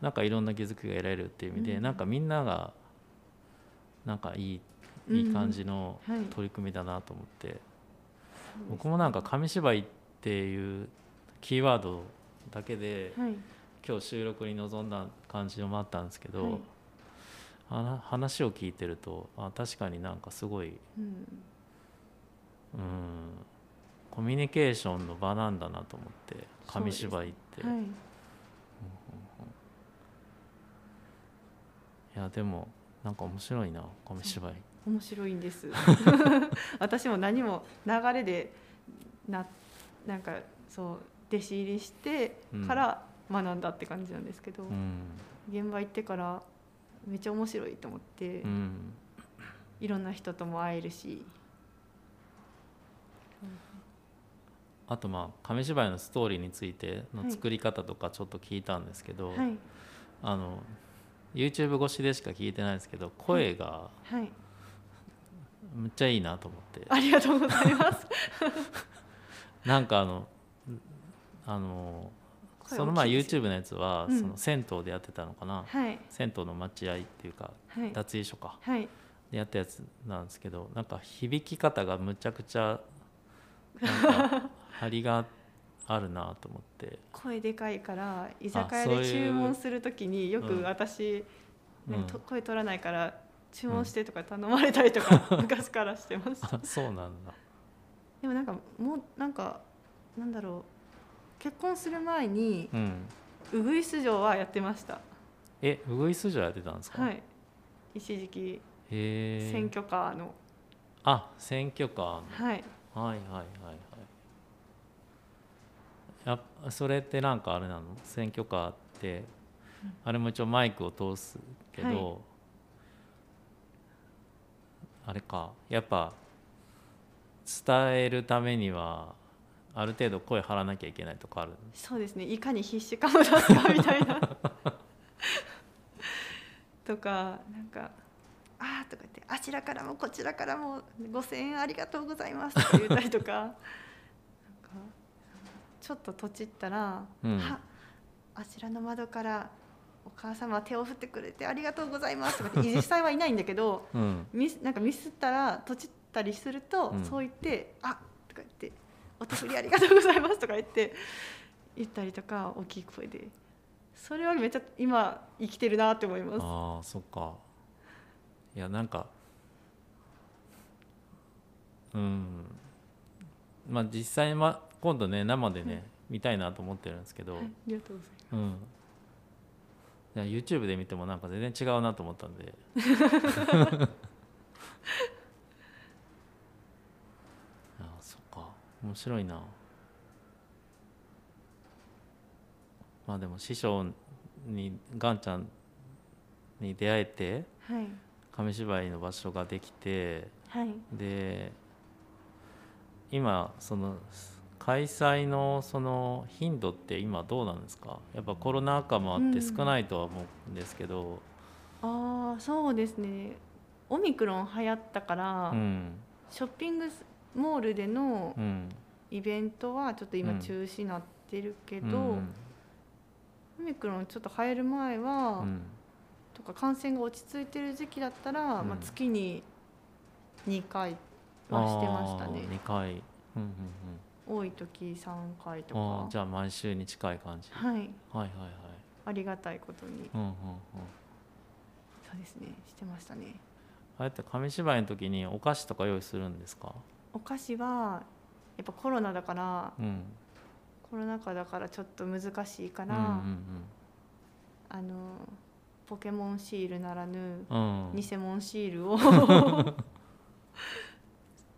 Speaker 1: なんかいろんな気づきが得られるっていう意味で、
Speaker 2: うん
Speaker 1: なんかみんながなんかいい
Speaker 2: うん
Speaker 1: いい感じの
Speaker 2: はい
Speaker 1: 取り組みだなと思って、僕もなんか紙芝居っていうキーワードだけで、
Speaker 2: はい
Speaker 1: 今日収録に臨んだ感じもあったんですけど、
Speaker 2: はい
Speaker 1: あな話を聞いてるとあ確かになんかすごい
Speaker 2: うん
Speaker 1: うんコミュニケーションの場なんだなと思って紙芝居って、
Speaker 2: はい
Speaker 1: い、やでもなんか面白いな紙芝居
Speaker 2: 面白いんです 私も何も流れでななんかそう弟子入りしてから学んだって感じなんですけど、
Speaker 1: うん
Speaker 2: 現場行ってからめっちゃ面白いと思って、
Speaker 1: うん
Speaker 2: いろんな人とも会えるし
Speaker 1: あとまあ紙芝居のストーリーについての作り方とかちょっと聞いたんですけど、
Speaker 2: はい
Speaker 1: あの YouTube 越しでしか聞いてないんですけど声が
Speaker 2: はい
Speaker 1: むっちゃいいなと思って、
Speaker 2: ありがとうございます
Speaker 1: なんかあのんあの
Speaker 2: 声
Speaker 1: その前
Speaker 2: 大きいです
Speaker 1: YouTube のやつは、
Speaker 2: うん
Speaker 1: その銭湯でやってたのかな、
Speaker 2: はい
Speaker 1: 銭湯の待合っていうか
Speaker 2: はい
Speaker 1: 脱衣所か
Speaker 2: はい
Speaker 1: でやったやつなんですけどなんか響き方がむちゃくちゃなんか張りがあるなと思 って、
Speaker 2: 声でかいから居酒
Speaker 1: あ
Speaker 2: 屋
Speaker 1: そういう
Speaker 2: で注文するときによ
Speaker 1: う
Speaker 2: く
Speaker 1: ん
Speaker 2: 私、
Speaker 1: う
Speaker 2: なん
Speaker 1: ん
Speaker 2: かと、声取らないから注文してとか頼まれたり とか昔からしてました
Speaker 1: あそうなんだ
Speaker 2: でもなんかもうなんかなんだろう結婚する前に
Speaker 1: うん
Speaker 2: うぐいす嬢はやってました
Speaker 1: えウグイス嬢やってたんですか、
Speaker 2: は
Speaker 1: へ
Speaker 2: い一時期
Speaker 1: え
Speaker 2: 選挙カーの、
Speaker 1: あ選挙か
Speaker 2: はい
Speaker 1: はいはいはいはいやっそれってなんかあれなの選挙カーってあれも一応マイクを通すけど、
Speaker 2: はい
Speaker 1: あれかやっぱ伝えるためにはある程度声張らなきゃいけないとかある
Speaker 2: そうですねいかに必死かを出すかみたいな とかなんか「あー」とか言って「あちらからもこちらからも5,000円ありがとうございます」って言ったりとかなんかちょっととちったら「
Speaker 1: うん
Speaker 2: はあちらの窓からお母様手を振ってくれてありがとうございます」とか って実際はいないんだけど
Speaker 1: うん
Speaker 2: ミスなんかミスったらとちったりすると、
Speaker 1: うん
Speaker 2: そう言って「あとか言って「お手振りありがとうございます」とか言って言ったりとか大きい声でそれはめっちゃ今生きてるなって思います
Speaker 1: ああそっかいやなんかうんまあ実際は今度ね生でね、
Speaker 2: はい
Speaker 1: 見たいなと思ってるんですけど、
Speaker 2: はいありがとうござい
Speaker 1: うんいや YouTube で見てもなんか全然違うなと思ったんで ああそっか面白いなまあでも師匠にガンちゃんに出会えて
Speaker 2: ますはい
Speaker 1: 紙芝居の場所ができて
Speaker 2: はい
Speaker 1: で今その開催のその頻度って今どうなんですかやっぱコロナ禍もあって
Speaker 2: うん
Speaker 1: 少ないとは思うんですけど、
Speaker 2: ああそうですねオミクロン流行ったから、
Speaker 1: うん
Speaker 2: ショッピングモールでの
Speaker 1: うん
Speaker 2: イベントはちょっと今
Speaker 1: うん
Speaker 2: 中止になってるけ
Speaker 1: うん
Speaker 2: ど、オミクロンちょっと入る前は、
Speaker 1: うん
Speaker 2: とか感染が落ち着いてる時期だったら、
Speaker 1: うん
Speaker 2: まあ、月に2回はしてました
Speaker 1: あー二
Speaker 2: ね
Speaker 1: 回、うんうんうん、
Speaker 2: 多い時3回と
Speaker 1: あー
Speaker 2: か
Speaker 1: じゃあ毎週に近い感じはい
Speaker 2: はい
Speaker 1: はいはい
Speaker 2: ありがたいことに
Speaker 1: うんうんうん
Speaker 2: そうですねしてましたね
Speaker 1: あれって紙芝居の時にお菓子とか用意するんですか
Speaker 2: お菓子はやっぱコロナだから
Speaker 1: うん
Speaker 2: コロナ禍だからちょっと難しいか
Speaker 1: うんう
Speaker 2: ら、
Speaker 1: ん
Speaker 2: あのポケモンシールならぬ
Speaker 1: うんうん
Speaker 2: 偽モンシールを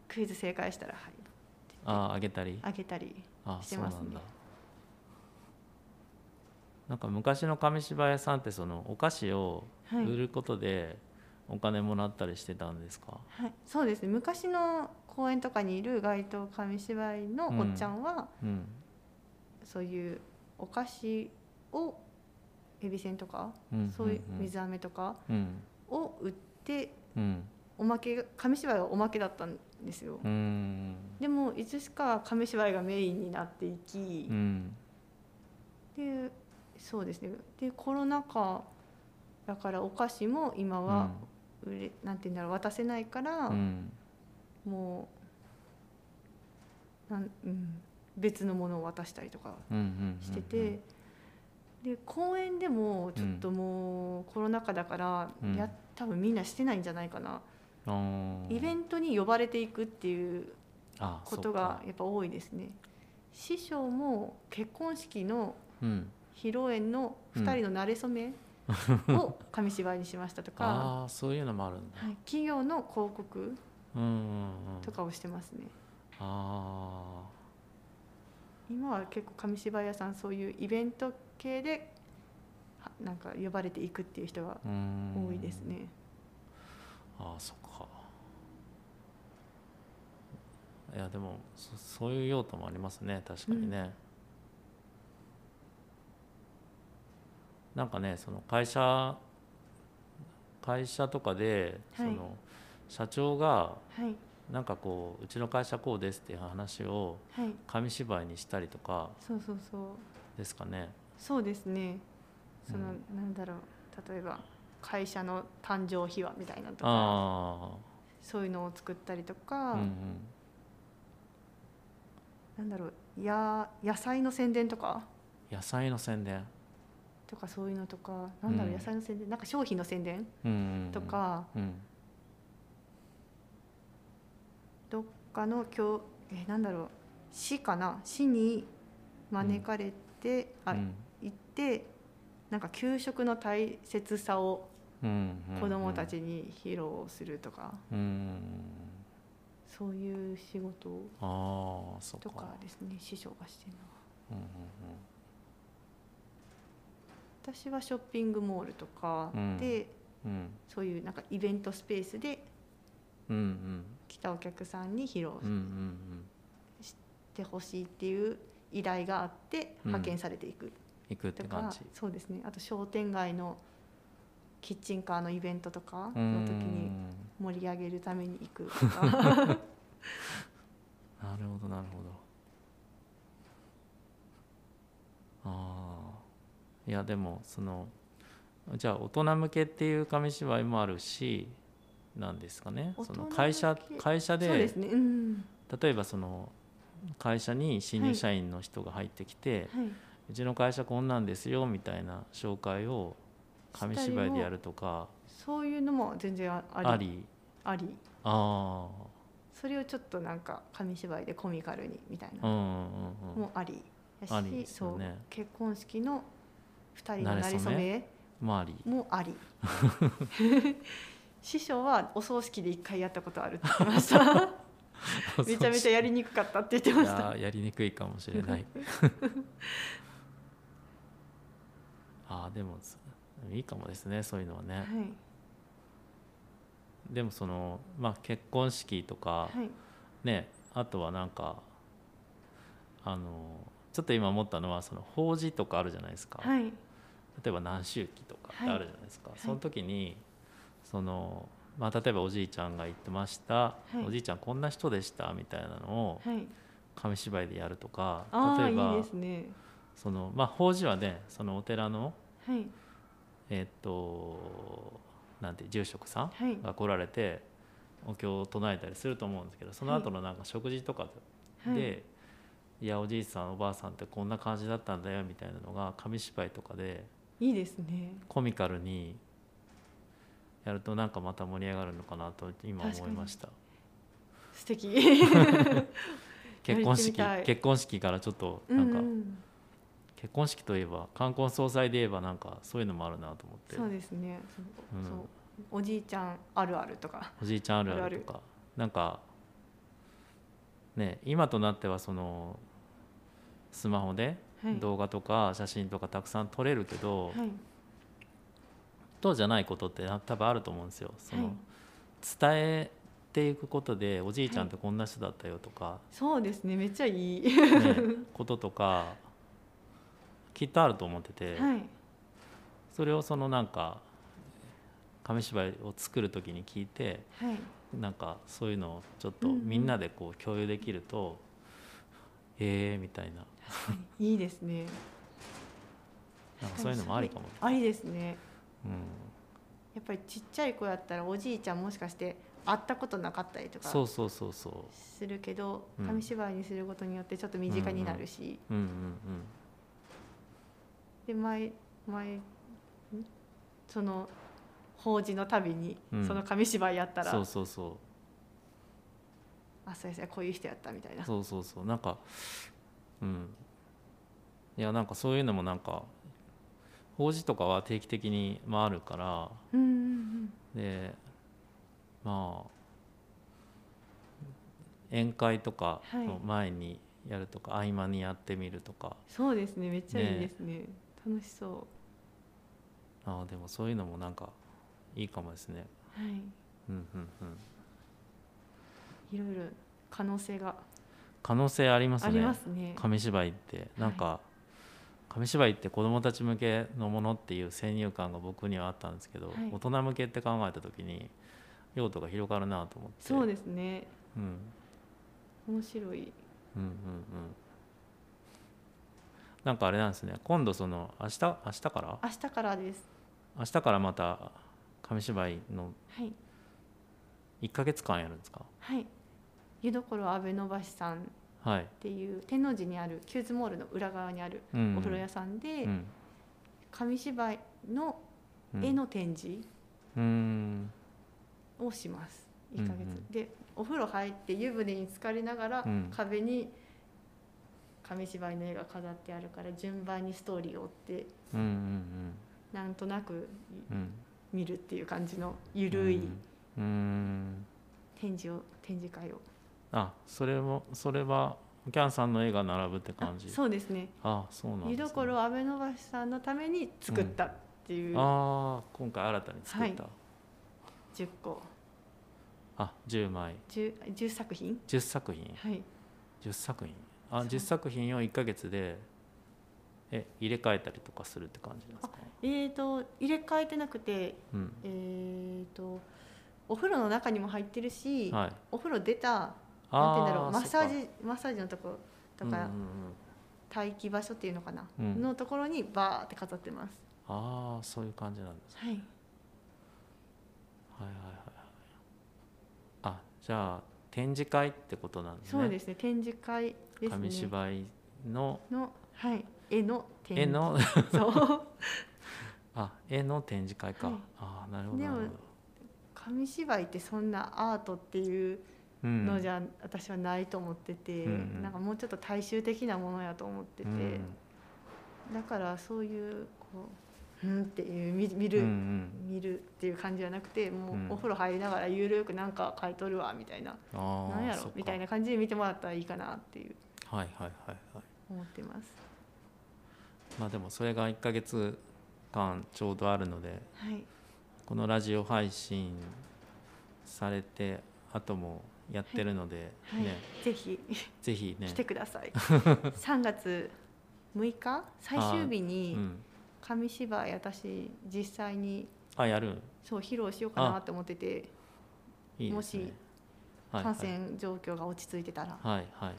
Speaker 2: クイズ正解したらはい
Speaker 1: あーあげたり
Speaker 2: あげたり
Speaker 1: あ
Speaker 2: してますね
Speaker 1: そうなんだなんか昔の紙芝居屋さんってそのお菓子を
Speaker 2: はい
Speaker 1: 売ることでお金もらったりしてたんですか、
Speaker 2: はい、そうですね昔の公園とかにいる街頭紙芝居のおっちゃんは、
Speaker 1: うん
Speaker 2: そういうお菓子をエビせんとか、
Speaker 1: うん
Speaker 2: そういう
Speaker 1: うん
Speaker 2: 水飴とか
Speaker 1: うん
Speaker 2: を売って
Speaker 1: うん
Speaker 2: おまけが紙芝居はおまけだったんですよ、
Speaker 1: うん
Speaker 2: でもいつしか紙芝居がメインになっていき
Speaker 1: う、ん
Speaker 2: でそうですねでコロナ禍だからお菓子も今は売れ、なんて言うんだろう渡せないから、
Speaker 1: うん
Speaker 2: もうなん、うん、別のものを渡したりとか
Speaker 1: うんうん
Speaker 2: してて、で公園でもちょっともうコロナ禍だから、
Speaker 1: うん
Speaker 2: や多分みんなしてないんじゃないかな、イベ
Speaker 1: ン
Speaker 2: ントに呼ばれていくっていう
Speaker 1: ト
Speaker 2: ことがやっぱ多いですね。師匠も結婚式の
Speaker 1: うん
Speaker 2: 披露宴の
Speaker 1: うん
Speaker 2: 2人の馴れ 初めを紙芝居にしましたとか、
Speaker 1: ああそういうのもあるんだ
Speaker 2: はい企業の広告
Speaker 1: うんうんうん
Speaker 2: とかをしてますね。
Speaker 1: あ
Speaker 2: 今は結構紙芝居屋さんそういうイベント系ではなんか呼ばれていくっていう人が
Speaker 1: あうん
Speaker 2: 多いですね、
Speaker 1: ああそっかいやでもそそういう用途もありますね確かにね、なんかねその会社会社とかで、
Speaker 2: はい
Speaker 1: その社長が
Speaker 2: はい
Speaker 1: なんかこううちの会社こうですっていう話を
Speaker 2: はい
Speaker 1: 紙芝居にしたりとか
Speaker 2: そうそうそう
Speaker 1: ですかね
Speaker 2: そうですねその、
Speaker 1: うん
Speaker 2: なんだろう例えば会社の誕生秘話みたいなのとか
Speaker 1: あ
Speaker 2: そういうのを作ったりとか、
Speaker 1: あうん
Speaker 2: なんだろうや野菜の宣伝とか
Speaker 1: うん、野菜の宣伝、
Speaker 2: とかそういうのとかなんだろう、
Speaker 1: うん
Speaker 2: 野菜の宣伝なんか商品の宣伝
Speaker 1: うんうんうん
Speaker 2: と、か、
Speaker 1: うん、
Speaker 2: どっかの教えなんだろう市かな市に招かれて、あ
Speaker 1: うん
Speaker 2: 行ってなんか給食の大切さを
Speaker 1: うんうんうん
Speaker 2: 子どもたちに披露するとか、
Speaker 1: うん
Speaker 2: そういう仕事
Speaker 1: ああそっ
Speaker 2: と
Speaker 1: か
Speaker 2: かですね師匠がしてるの
Speaker 1: う
Speaker 2: は
Speaker 1: ん
Speaker 2: 私はショッピングモールとか
Speaker 1: うん
Speaker 2: で、
Speaker 1: うんうん
Speaker 2: そういうなんかイベントスペースで
Speaker 1: うんうん
Speaker 2: 来たお客さんに披露
Speaker 1: うんうんうん
Speaker 2: してほしいっていう依頼があっ
Speaker 1: う
Speaker 2: て
Speaker 1: ん
Speaker 2: 派遣されていく
Speaker 1: 行くっ
Speaker 2: と
Speaker 1: て
Speaker 2: か
Speaker 1: 感、じ
Speaker 2: そうですねあと商店街のキッチンカーのイベントとか
Speaker 1: うん
Speaker 2: の時に盛り上げるために行くと か。
Speaker 1: なるほどなるほどああいやでもそのじゃあ大人向けっていう紙芝居もあるしなんですかねその
Speaker 2: 大人向け
Speaker 1: 会社会社で
Speaker 2: そうですね。うん。
Speaker 1: 例えばその会社に新入社員の人が入ってきて、
Speaker 2: はい。
Speaker 1: うちの会社こんなんですよみたいな紹介を紙芝居でやるとか
Speaker 2: そういうのも全然あり。
Speaker 1: あ。り
Speaker 2: あり
Speaker 1: あ
Speaker 2: それをちょっとなんか紙芝居でコミカルにみたい
Speaker 1: あう
Speaker 2: な。
Speaker 1: んうんうんうん
Speaker 2: もあり。やし、
Speaker 1: ありです
Speaker 2: そ
Speaker 1: よ
Speaker 2: う
Speaker 1: ね。
Speaker 2: 結婚式の。二人の
Speaker 1: 馴
Speaker 2: 馴
Speaker 1: れ
Speaker 2: れ
Speaker 1: 初
Speaker 2: 初め
Speaker 1: まああり
Speaker 2: も あり。師匠はお葬式で一回やったことあるって言ってま した。 めちゃめちゃやりにくかったって言ってま
Speaker 1: い
Speaker 2: し
Speaker 1: や
Speaker 2: た。
Speaker 1: ーやりにくいかもしれない ああでもいいかもですねそういうのは
Speaker 2: は
Speaker 1: ね
Speaker 2: い。
Speaker 1: でもそのまあ結婚式とか
Speaker 2: はい。
Speaker 1: ねあとはなんかあのちょっと今思ったのはその法事とかあるじゃないですか、
Speaker 2: はい。
Speaker 1: 例えば何周期とかって
Speaker 2: はい
Speaker 1: あるじゃないですか、
Speaker 2: い
Speaker 1: その時にその、まあ、例えばおじいちゃんが言ってました、
Speaker 2: い
Speaker 1: おじいちゃんこんな人でしたみたいなのを
Speaker 2: はい。
Speaker 1: 紙芝居でやるとか
Speaker 2: ああ
Speaker 1: 例えば
Speaker 2: いいですね
Speaker 1: そのまあ法事はねそのお寺の
Speaker 2: はい
Speaker 1: えっとなんて住職さ
Speaker 2: はい
Speaker 1: んが来られてお経を唱えたりすると思うんですけどその後のなんか食事とか
Speaker 2: はい
Speaker 1: で「いやおじいさんおばあさんってこんな感じだったんだよ」みたいなのが紙芝居とかで
Speaker 2: いいですね
Speaker 1: コミカルにやるとなんかまた盛り上がるのかなと今思いました
Speaker 2: 素敵
Speaker 1: 結婚
Speaker 2: やりてみた
Speaker 1: 式
Speaker 2: い
Speaker 1: 結婚式からちょっと
Speaker 2: う
Speaker 1: なん
Speaker 2: ん
Speaker 1: か、
Speaker 2: うん
Speaker 1: 結婚式といえば冠婚葬祭で言えばなんかそういうのもあるなと思って
Speaker 2: そうですねそう,、
Speaker 1: うん
Speaker 2: そうおじいちゃんあるあるとか
Speaker 1: おじいちゃんあるあるとかなんかね今となってはそのスマホで
Speaker 2: はい
Speaker 1: 動画とか写真とかたくさん撮れるけど、
Speaker 2: はい
Speaker 1: そうじゃないことってな多分あると思うんですよ。その
Speaker 2: はい
Speaker 1: 伝えていくことでおじいちゃんって
Speaker 2: は
Speaker 1: こんな人だったよとか、
Speaker 2: そうですねめっちゃいい
Speaker 1: ね、 こととかきっとあると思ってて、
Speaker 2: はい
Speaker 1: それをそのなんか紙芝居を作る時に聞いて
Speaker 2: はい
Speaker 1: なんかそういうのをちょっと
Speaker 2: うんうん
Speaker 1: みんなでこう共有できると、ええみたいな
Speaker 2: はいいですね
Speaker 1: なんかそういうのもありかも、
Speaker 2: ありですね
Speaker 1: うん、
Speaker 2: やっぱりちっちゃい子やったらおじいちゃんもしかして会ったことなかったりとか
Speaker 1: そうそうそうそ
Speaker 2: するけど
Speaker 1: うん
Speaker 2: 紙芝居にすることによってちょっと身近になるし、
Speaker 1: ううんうん
Speaker 2: で前前んその法事のたびに
Speaker 1: うん
Speaker 2: その紙芝居やっ
Speaker 1: う
Speaker 2: た
Speaker 1: ん
Speaker 2: ら、
Speaker 1: そうそうそう
Speaker 2: あそうやそうやこういう人やったみたいな
Speaker 1: そうそうそうなんかうんいやなんかそういうのもなんか法事とかは定期的にまああるから
Speaker 2: うんうん
Speaker 1: でまあ宴会とか
Speaker 2: はい
Speaker 1: の前にやるとか、合間にやってみるとか
Speaker 2: そうですねめっちゃいい
Speaker 1: ね
Speaker 2: ですね楽しそう
Speaker 1: ああでもそういうのもなんかいいかもですね
Speaker 2: はい
Speaker 1: うんうんうん
Speaker 2: いろいろ可能性が
Speaker 1: 可能性あります
Speaker 2: あ
Speaker 1: ね
Speaker 2: りますね
Speaker 1: 紙芝居ってなんか、紙芝居って子どもたち向けのものっていう先入観が僕にはあったんですけど、
Speaker 2: はい
Speaker 1: 大人向けって考えた時に用途が広がるなと思って
Speaker 2: そうですね
Speaker 1: うん、
Speaker 2: 面白い
Speaker 1: うんうんうんなんかあれなんですね今度その明日明日から
Speaker 2: 明日からです
Speaker 1: 明日からまた紙芝居の
Speaker 2: はい
Speaker 1: 1ヶ月間やるんですか
Speaker 2: はい湯どころ阿部伸ばしさんっ
Speaker 1: はい、
Speaker 2: ていう天王寺にあるキューズモールの裏側にある
Speaker 1: うんうん
Speaker 2: お風呂屋さんで、
Speaker 1: うん
Speaker 2: 紙芝居の
Speaker 1: うん
Speaker 2: 絵の展示
Speaker 1: うん
Speaker 2: をします、
Speaker 1: うん
Speaker 2: 1ヶ月、
Speaker 1: うん
Speaker 2: でお風呂入って湯船に浸かりながら、
Speaker 1: うん
Speaker 2: 壁に紙芝居の絵が飾ってあるから順番にストーリーを追って
Speaker 1: うんうん
Speaker 2: なんとなく
Speaker 1: うんうん
Speaker 2: 見るっていう感じのゆるい
Speaker 1: うんうん
Speaker 2: 展示を展示会を
Speaker 1: あそれもそれはキャンさんの絵が並ぶって感じ
Speaker 2: あそうですね
Speaker 1: あそうなんです、ね、
Speaker 2: 湯どころ阿部伸ばしさんのために作ったっていう
Speaker 1: ああ今回新たに作った、
Speaker 2: 10個
Speaker 1: あ10枚
Speaker 2: 10, 10作品
Speaker 1: 10作品
Speaker 2: はい
Speaker 1: 10作品あ
Speaker 2: そう
Speaker 1: 10作品を1ヶ月でえ入れ替えたりとかするって感じなんですか
Speaker 2: えー、と入れ替えてなくて
Speaker 1: うん
Speaker 2: えー、とお風呂の中にも入ってるし、
Speaker 1: はい
Speaker 2: お風呂出たなんて言うんだろうマッサージマッサージのとことか、待機場所っていうのかな、
Speaker 1: うん
Speaker 2: のところにバーって飾ってます。
Speaker 1: ああーそういう感じなんです
Speaker 2: はい、
Speaker 1: はいはいはいはいあじゃあ展示会ってことなんですね
Speaker 2: そうですね展示会ですね。
Speaker 1: 紙芝居の
Speaker 2: のはい絵の展
Speaker 1: 絵
Speaker 2: 示。
Speaker 1: の
Speaker 2: そう
Speaker 1: あ絵の展示会か、
Speaker 2: はい
Speaker 1: ああなるほど
Speaker 2: でも
Speaker 1: なるほど
Speaker 2: 紙芝居ってそんなアートっていう
Speaker 1: うん
Speaker 2: のじゃ私はないと思ってて、
Speaker 1: うんうん
Speaker 2: なんかもうちょっと大衆的なものやと思ってて、
Speaker 1: うん
Speaker 2: だからそういうこううんっていう見見る。
Speaker 1: うんうん
Speaker 2: 見るっていう感じじゃなくても
Speaker 1: うん
Speaker 2: うお風呂入りながらゆるくなんか書いとるわみたいな、
Speaker 1: ああ
Speaker 2: なんやろみたいな感じで見てもらったらいいかなっていう
Speaker 1: はいはいはいはい
Speaker 2: 思ってます。
Speaker 1: まあでもそれが1ヶ月間ちょうどあるので
Speaker 2: はい、
Speaker 1: このラジオ配信されて後もやってるので、
Speaker 2: はい
Speaker 1: ね
Speaker 2: ぜひ
Speaker 1: ぜひね
Speaker 2: 来てく ださい。3月6日最終日
Speaker 1: う
Speaker 2: に
Speaker 1: ん、
Speaker 2: 紙芝居私実際に
Speaker 1: あやる
Speaker 2: そう披露しようかなって思ってて
Speaker 1: いいですね
Speaker 2: もし
Speaker 1: はい
Speaker 2: 感染状況が落ち着いてたら
Speaker 1: はいはいはいはいはい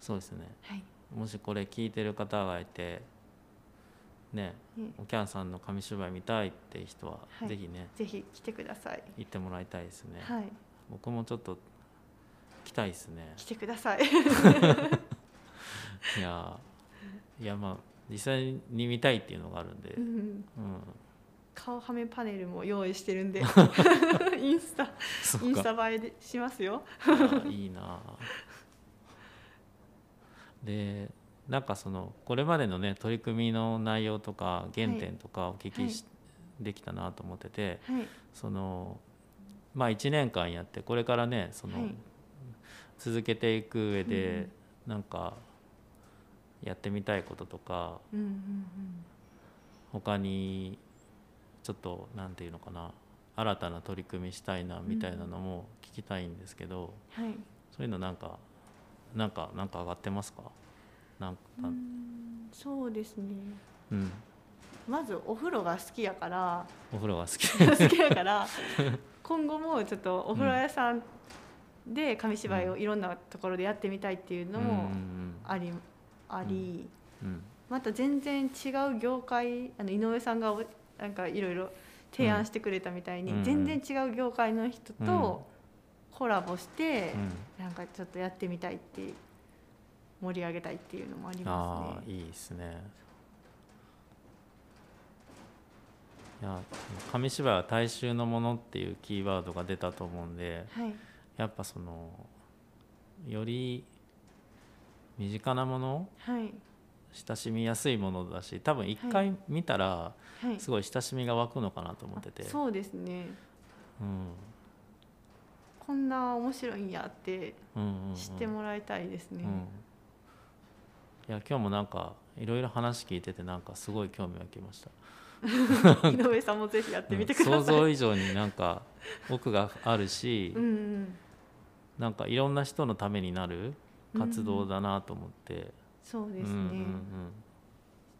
Speaker 1: そうですね
Speaker 2: はい、
Speaker 1: もしこれ聞いてる方がいてね
Speaker 2: ね
Speaker 1: おきゃんさんの紙芝居見たいっていう人は、
Speaker 2: はい
Speaker 1: ぜひね
Speaker 2: ぜひ来てください、
Speaker 1: 行ってもらいたいですね、
Speaker 2: はい、
Speaker 1: 僕もちょっと来たいですね
Speaker 2: 来てく ださい
Speaker 1: いやーいやまあ実際に見たいっていうのがあるんで、
Speaker 2: う
Speaker 1: うん
Speaker 2: ん顔はめパネルも用意して るんでインスタ
Speaker 1: そ
Speaker 2: イ
Speaker 1: っ
Speaker 2: ンス
Speaker 1: か
Speaker 2: タ映えでしますよ
Speaker 1: あーいいなあでなんかそのこれまでのね取り組みの内容とか原点とかお聞きし、できたなと思ってて、
Speaker 2: はい
Speaker 1: そのまあ1年間やってこれからねその、
Speaker 2: はい
Speaker 1: 続けていく上で、なんかやってみたいこととか
Speaker 2: うんうん
Speaker 1: 他にちょっと何て言うのかな新たな取り組みしたいなみたいなのも聞きたいんですけど、
Speaker 2: うんはい
Speaker 1: そういうのなんかなんかなんか上がってますかなんか、
Speaker 2: うーんそうですね
Speaker 1: うん、
Speaker 2: まずお風呂が好きやから
Speaker 1: お風呂が好き
Speaker 2: 好きやから今後もちょっとお風呂屋さんで紙芝居をいろんなところでやってみたいっていうのも
Speaker 1: うん
Speaker 2: あり,、あり
Speaker 1: うんうん
Speaker 2: また全然違う業界あの井上さんがおなんかいろいろ提案してくれたみたいに、
Speaker 1: うん
Speaker 2: 全然違う業界の人とコラボして、
Speaker 1: うん
Speaker 2: なんかちょっとやってみたいって盛り上げたいっていうのもあり
Speaker 1: あ
Speaker 2: ます
Speaker 1: あ
Speaker 2: ね。
Speaker 1: いいですねいや紙芝居は大衆のものっていうキーワードが出たと思うんで
Speaker 2: はい、
Speaker 1: やっぱそのより身近なもの
Speaker 2: はい、
Speaker 1: 親しみやすいものだし多分一
Speaker 2: はい
Speaker 1: 回見たら
Speaker 2: はい。
Speaker 1: すごい親しみが湧くのかなと思ってて、
Speaker 2: あそうですね。
Speaker 1: うん、
Speaker 2: こんな面白いんやって
Speaker 1: うんうんうん
Speaker 2: 知ってもらいたいですね。
Speaker 1: うん、いや今日もなんかいろいろ話聞いててなんかすごい興味がきました。
Speaker 2: 井上さんもぜひやってみてく
Speaker 1: うん
Speaker 2: ださい。
Speaker 1: 想像以上になんか奥があるし、
Speaker 2: うんうん、
Speaker 1: なんかいろんな人のためになる活動だなと思って、
Speaker 2: そう
Speaker 1: うん
Speaker 2: ですね、
Speaker 1: うんうん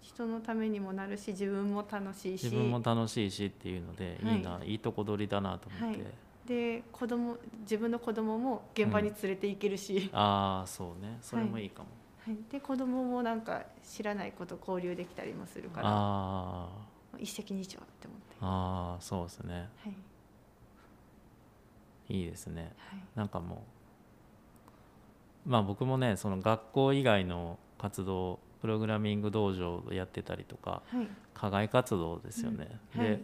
Speaker 2: 人のためにもなるし、自分も楽しいし。
Speaker 1: 自分も楽しいしっていうので、
Speaker 2: はい
Speaker 1: い、いないいとこ取りだなと思って、
Speaker 2: はいで、子供、自分の子供も現場に連れて行けるし。
Speaker 1: ああそうねそれもいいかも、
Speaker 2: はい、で、子供もなんか知らないこと交流できたりもするから。も
Speaker 1: あ
Speaker 2: う一石二鳥って思って。
Speaker 1: あああそうですね
Speaker 2: はい。
Speaker 1: いいですね
Speaker 2: はい。
Speaker 1: なんかもうまあ僕もねその学校以外の活動プログラミング道場をやってたりとか
Speaker 2: はい。
Speaker 1: 課外活動ですよね、
Speaker 2: うんはい
Speaker 1: で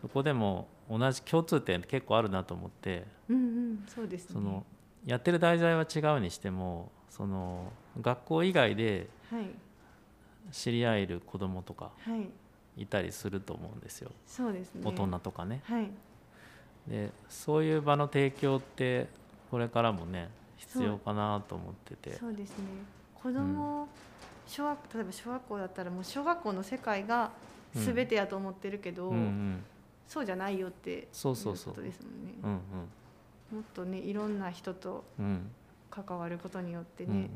Speaker 1: そこでも同じ共通点結構あるなと思って
Speaker 2: うんうん、そうですね。
Speaker 1: そのやってる題材は違うにしてもその学校以外で
Speaker 2: はい。
Speaker 1: 知り合える子供とか
Speaker 2: はい。
Speaker 1: いたりすると思うんですよ
Speaker 2: そうですね。
Speaker 1: 大人とかね。
Speaker 2: はい。
Speaker 1: でそういう場の提供ってこれからもね必要かなと思ってて。
Speaker 2: そうですね子供、小学例えば小学校だったらもう小学校の世界が全てやと思ってるけど、
Speaker 1: うんうん
Speaker 2: そうじゃないよって
Speaker 1: そうそうそう
Speaker 2: いことですもんね、
Speaker 1: うん
Speaker 2: もっとねいろんな人と
Speaker 1: うんうん
Speaker 2: 関わることによって
Speaker 1: うんう
Speaker 2: ね、
Speaker 1: ん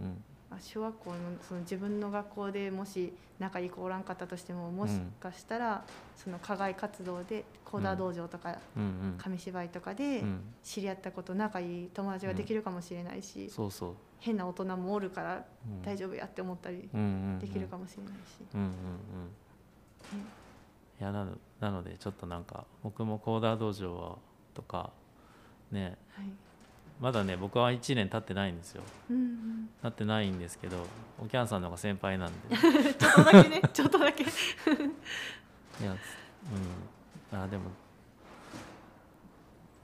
Speaker 2: あ小学校のその自分の学校でもし仲いい子おらんかったとしてももしかしたらその課外活動でコーダー道場とか
Speaker 1: うん
Speaker 2: 紙芝居とかで
Speaker 1: うんうん
Speaker 2: 知り合った子と仲いい友達ができるかもしれないし、
Speaker 1: そうそう
Speaker 2: 変な大人もおるから
Speaker 1: うん
Speaker 2: 大丈夫やって思ったり
Speaker 1: うんうんうん
Speaker 2: できるかもしれないし。
Speaker 1: うんうんうんいやなのなのでちょっとなんか僕もコーダー道場はとかね
Speaker 2: はい。
Speaker 1: まだね僕は1年経ってないんですよ
Speaker 2: うん
Speaker 1: 経ってないんですけどおきゃんさんの方が先輩なん で
Speaker 2: うん。ちょっとだけね、 ちょっとだけ。
Speaker 1: いやうんあでも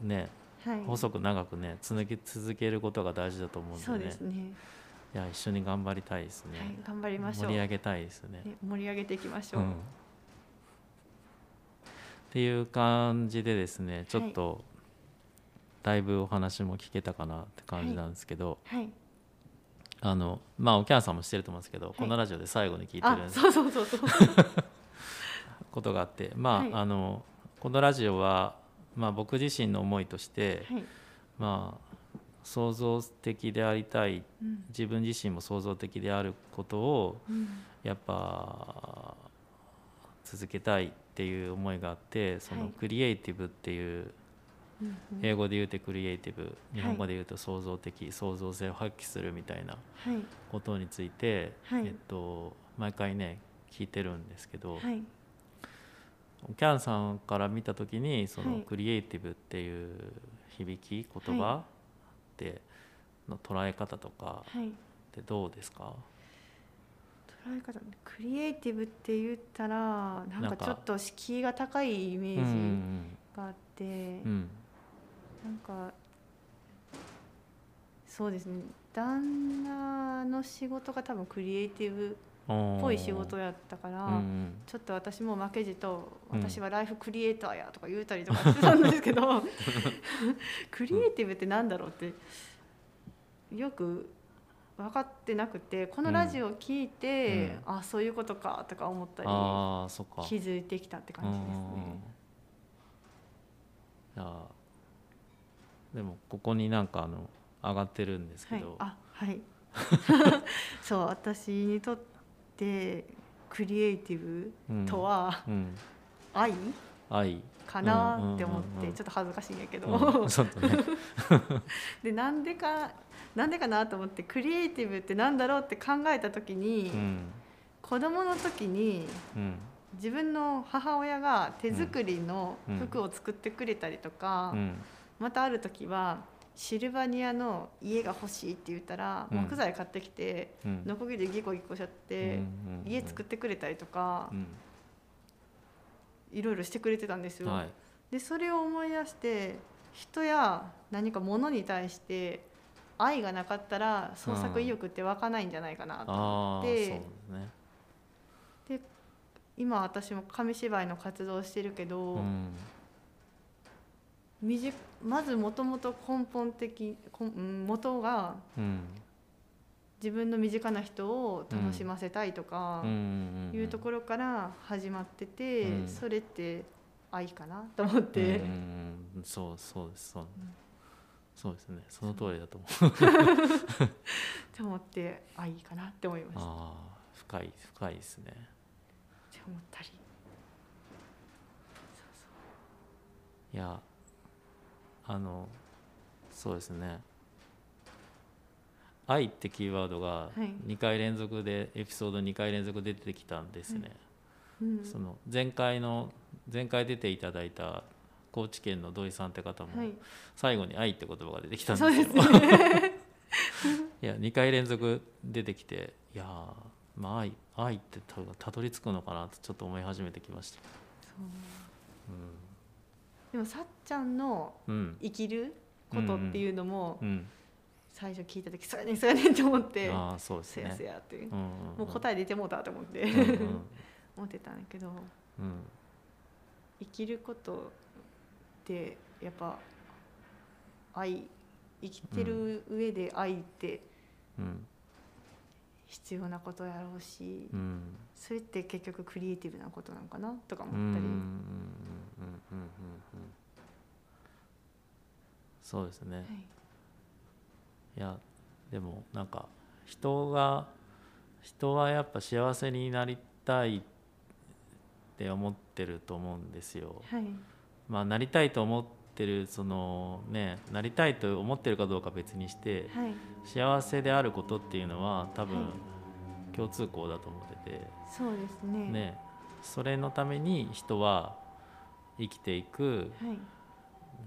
Speaker 1: ね
Speaker 2: はい。
Speaker 1: 細く長くねつなぎ続けることが大事だと思うんでね
Speaker 2: そうですね。
Speaker 1: いや一緒に頑張りたいです
Speaker 2: はい
Speaker 1: ね、、
Speaker 2: 頑張りましょ
Speaker 1: 盛
Speaker 2: う。
Speaker 1: り
Speaker 2: ね
Speaker 1: 上げたいですね
Speaker 2: 盛り上げていきましょ
Speaker 1: う
Speaker 2: う。
Speaker 1: ん、っていう感じでですねちょっと、だいぶお話も聞けたかなって感じなんですけど、
Speaker 2: はい。
Speaker 1: あのまあおきゃんさんも知ってると思うんですけど、
Speaker 2: い
Speaker 1: このラジオで最後に聞いて
Speaker 2: あ、
Speaker 1: る
Speaker 2: そうそうそ うそう。
Speaker 1: ことがあってまあ、
Speaker 2: はい
Speaker 1: あのこのラジオは、まあ、僕自身の思いとして、
Speaker 2: はい。
Speaker 1: まあ創造的でありたい
Speaker 2: うん。
Speaker 1: 自分自身も創造的であることを
Speaker 2: うん。
Speaker 1: やっぱ続けたいっていう思いがあってその
Speaker 2: はい
Speaker 1: クリエイティブっていう
Speaker 2: うんうん
Speaker 1: 英語で言うてクリエイティブ日本
Speaker 2: は
Speaker 1: 語
Speaker 2: い
Speaker 1: で言うと創造的創造性を発揮するみたいな
Speaker 2: はい
Speaker 1: ことについて、
Speaker 2: はい
Speaker 1: えっと、毎回ね聞いてるんですけど、
Speaker 2: はい
Speaker 1: キャンさんから見た時にそ
Speaker 2: は
Speaker 1: の
Speaker 2: い
Speaker 1: クリエイティブっていう響き言葉
Speaker 2: は
Speaker 1: っての捉え方とか
Speaker 2: はい
Speaker 1: ってどうですか、
Speaker 2: 捉え方ねクリエイティブって言ったらなん
Speaker 1: なん
Speaker 2: か
Speaker 1: か
Speaker 2: ちょっと敷居が高いイメ
Speaker 1: うんう
Speaker 2: ージ
Speaker 1: ん
Speaker 2: があって、
Speaker 1: うん
Speaker 2: なんかそうですね旦那の仕事が多分クリエイティブ
Speaker 1: うん
Speaker 2: っぽい仕事やったから、
Speaker 1: うんうん
Speaker 2: ちょっと私も負けじと
Speaker 1: うん
Speaker 2: 私はライフクリエイターやとか言うたりとかしてたんです けど、クリエイティブってなんだろうってよく分かってなくてこのラジオを聞いて、あそういうことかとか思ったり
Speaker 1: ああそっか
Speaker 2: 気づいてきたって感じですね。
Speaker 1: うんうんうんいやでもここになんかあの上がってるんですけ
Speaker 2: はい
Speaker 1: ど、、
Speaker 2: あはい そう私にとってクリエイティブ
Speaker 1: うん
Speaker 2: と、は
Speaker 1: うん、
Speaker 2: 愛
Speaker 1: 愛
Speaker 2: かなって思っ
Speaker 1: うんうんうんう
Speaker 2: て
Speaker 1: ん
Speaker 2: ちょっと恥ずかしいんやけど、
Speaker 1: うんちょっとね
Speaker 2: でなんでかなんでかなと思ってクリエイティブってなんだろうって考えた時に、
Speaker 1: うん
Speaker 2: 子供の時に
Speaker 1: うん
Speaker 2: 自分の母親が手作りの服を作ってくれたりとか、
Speaker 1: うん
Speaker 2: またある時はシルバニアの家が欲しいって言ったら、
Speaker 1: うん
Speaker 2: 木材買ってきて
Speaker 1: うん
Speaker 2: ノコギリでギコギコしちゃって、
Speaker 1: うんうん
Speaker 2: 家作ってくれたりとか
Speaker 1: う、ん
Speaker 2: いろいろしてくれてたんですよ。
Speaker 1: はい
Speaker 2: でそれを思い出して人や何か物に対して愛がなかったら創作意欲って湧かないんじゃないかなと思
Speaker 1: ああ
Speaker 2: っ
Speaker 1: ーそうで
Speaker 2: て
Speaker 1: す、ね
Speaker 2: 今私も紙芝居の活動をしてるけど、
Speaker 1: うん
Speaker 2: みじまずもともと根本的こんうん元が
Speaker 1: うん
Speaker 2: 自分の身近な人を楽しませたいとか
Speaker 1: うんうん
Speaker 2: いうところから始まってて、
Speaker 1: うん
Speaker 2: それって愛かなと思って。
Speaker 1: うんうんうんそうそうですそう
Speaker 2: うん
Speaker 1: そうですねその通りだと思う
Speaker 2: って思ってあいいかなって思いましたっ
Speaker 1: ああ深い深いですね
Speaker 2: て思ったり
Speaker 1: いやあのそうですね「愛」ってキーワードが
Speaker 2: はい
Speaker 1: 2回連続で、エピソード2回連続で出てきたんですね、
Speaker 2: うん
Speaker 1: その前回の前回出ていただいた高知県の土井さんって方も、
Speaker 2: はい
Speaker 1: 最後に「愛」って言葉が出てきたんです
Speaker 2: そう
Speaker 1: よ
Speaker 2: です ね
Speaker 1: いや2回連続出てきていやーまあ愛愛って多分たどり着くのかなとちょっと思い始めてきました
Speaker 2: でもさっちゃんの
Speaker 1: うん
Speaker 2: 生きることっていうのも
Speaker 1: うん、
Speaker 2: 最初聞いた時そうやねんそうやねんって思っ
Speaker 1: う
Speaker 2: て
Speaker 1: ん、ああそうです
Speaker 2: せやせ
Speaker 1: ね
Speaker 2: やっていう
Speaker 1: も
Speaker 2: もう答え出てもうたと思って
Speaker 1: うんうん
Speaker 2: 思ってたんだけど
Speaker 1: うん
Speaker 2: 生きることってやっぱ愛生きてる上で愛って
Speaker 1: うん
Speaker 2: 必要なことやろうし、
Speaker 1: うん
Speaker 2: それって結局クリエイティブなことなのかなとか
Speaker 1: うんうんうん
Speaker 2: 思ったり、
Speaker 1: うんうんそうですね
Speaker 2: はい
Speaker 1: いやでもなんか人が人はやっぱ幸せになりたいって思ってると思うんですよ。
Speaker 2: はい、
Speaker 1: まあ、なりたいと思ってるそのねなりたいと思ってるかどうか別にして、
Speaker 2: はい、
Speaker 1: 幸せであることっていうのは多分
Speaker 2: は
Speaker 1: 共通項だと思ってて。
Speaker 2: そうですね。
Speaker 1: ね、それのために人は生きていく
Speaker 2: はい、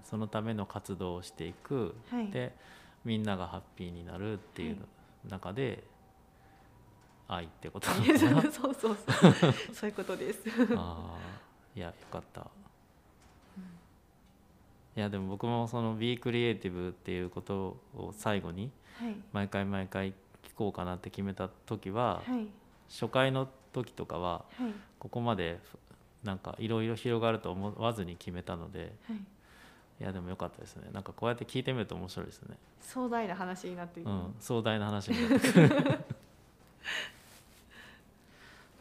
Speaker 1: そのための活動をしていく、
Speaker 2: はい
Speaker 1: でみんながハッピーになるっていう
Speaker 2: は
Speaker 1: 中で、愛って こと
Speaker 2: そうそうそう、そういうことです。
Speaker 1: あーいやよかった。いやでも僕もその「Be Creative」っていうことを最後に
Speaker 2: はい、
Speaker 1: 毎回毎回聞こうかなって決めた時は、
Speaker 2: はい、
Speaker 1: 初回の時とかは
Speaker 2: はい、
Speaker 1: ここまでふなんかいろいろ広がると思わずに決めたので
Speaker 2: はい、
Speaker 1: いやでも良かったですねなんかこうやって聞いてみると面白いですね、
Speaker 2: 壮大な話になっていく。
Speaker 1: うん、壮大な話になってくる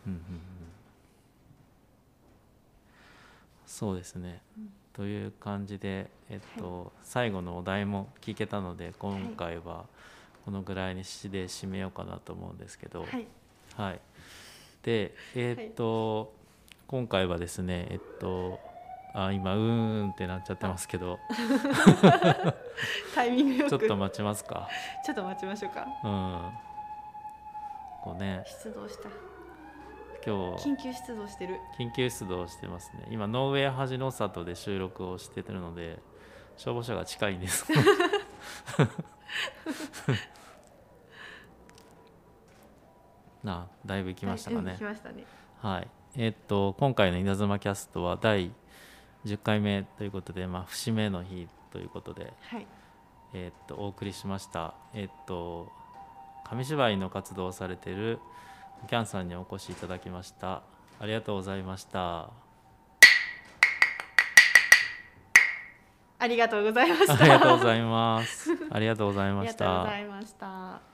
Speaker 1: うんうんうんそうですね、
Speaker 2: うん
Speaker 1: という感じで、えっと最後のお題も聞けたので今回はこのぐらいにしで締めようかなと思うんですけど、
Speaker 2: はい、
Speaker 1: はい、でえーっと、今回はですねえっとあ今うーんってなっちゃってますけど
Speaker 2: タイミングよく
Speaker 1: ちょっと
Speaker 2: ちょ
Speaker 1: 待ちますか
Speaker 2: っと待ちましょう
Speaker 1: う
Speaker 2: か
Speaker 1: んこうね
Speaker 2: 出動した
Speaker 1: 今日
Speaker 2: 緊急出動してる
Speaker 1: 緊急出動してますね今ノーウェア恥の里で収録をしてるので消防署が近いんです なあだいぶ来ましたか
Speaker 2: はい
Speaker 1: ね
Speaker 2: うん来ましたね
Speaker 1: はい。えーっと今回の稲妻キャストは第10回目ということで、まあ節目の日ということで、
Speaker 2: はい
Speaker 1: えーっとお送りしました。えーっと紙芝居の活動をされているキャンさんにお越しいただきました。ありがとうございました。
Speaker 2: ありがとうございました
Speaker 1: ありがとうございます。ありがとうござい
Speaker 2: あ
Speaker 1: ま
Speaker 2: り
Speaker 1: し
Speaker 2: がとうご
Speaker 1: た
Speaker 2: ざ。いました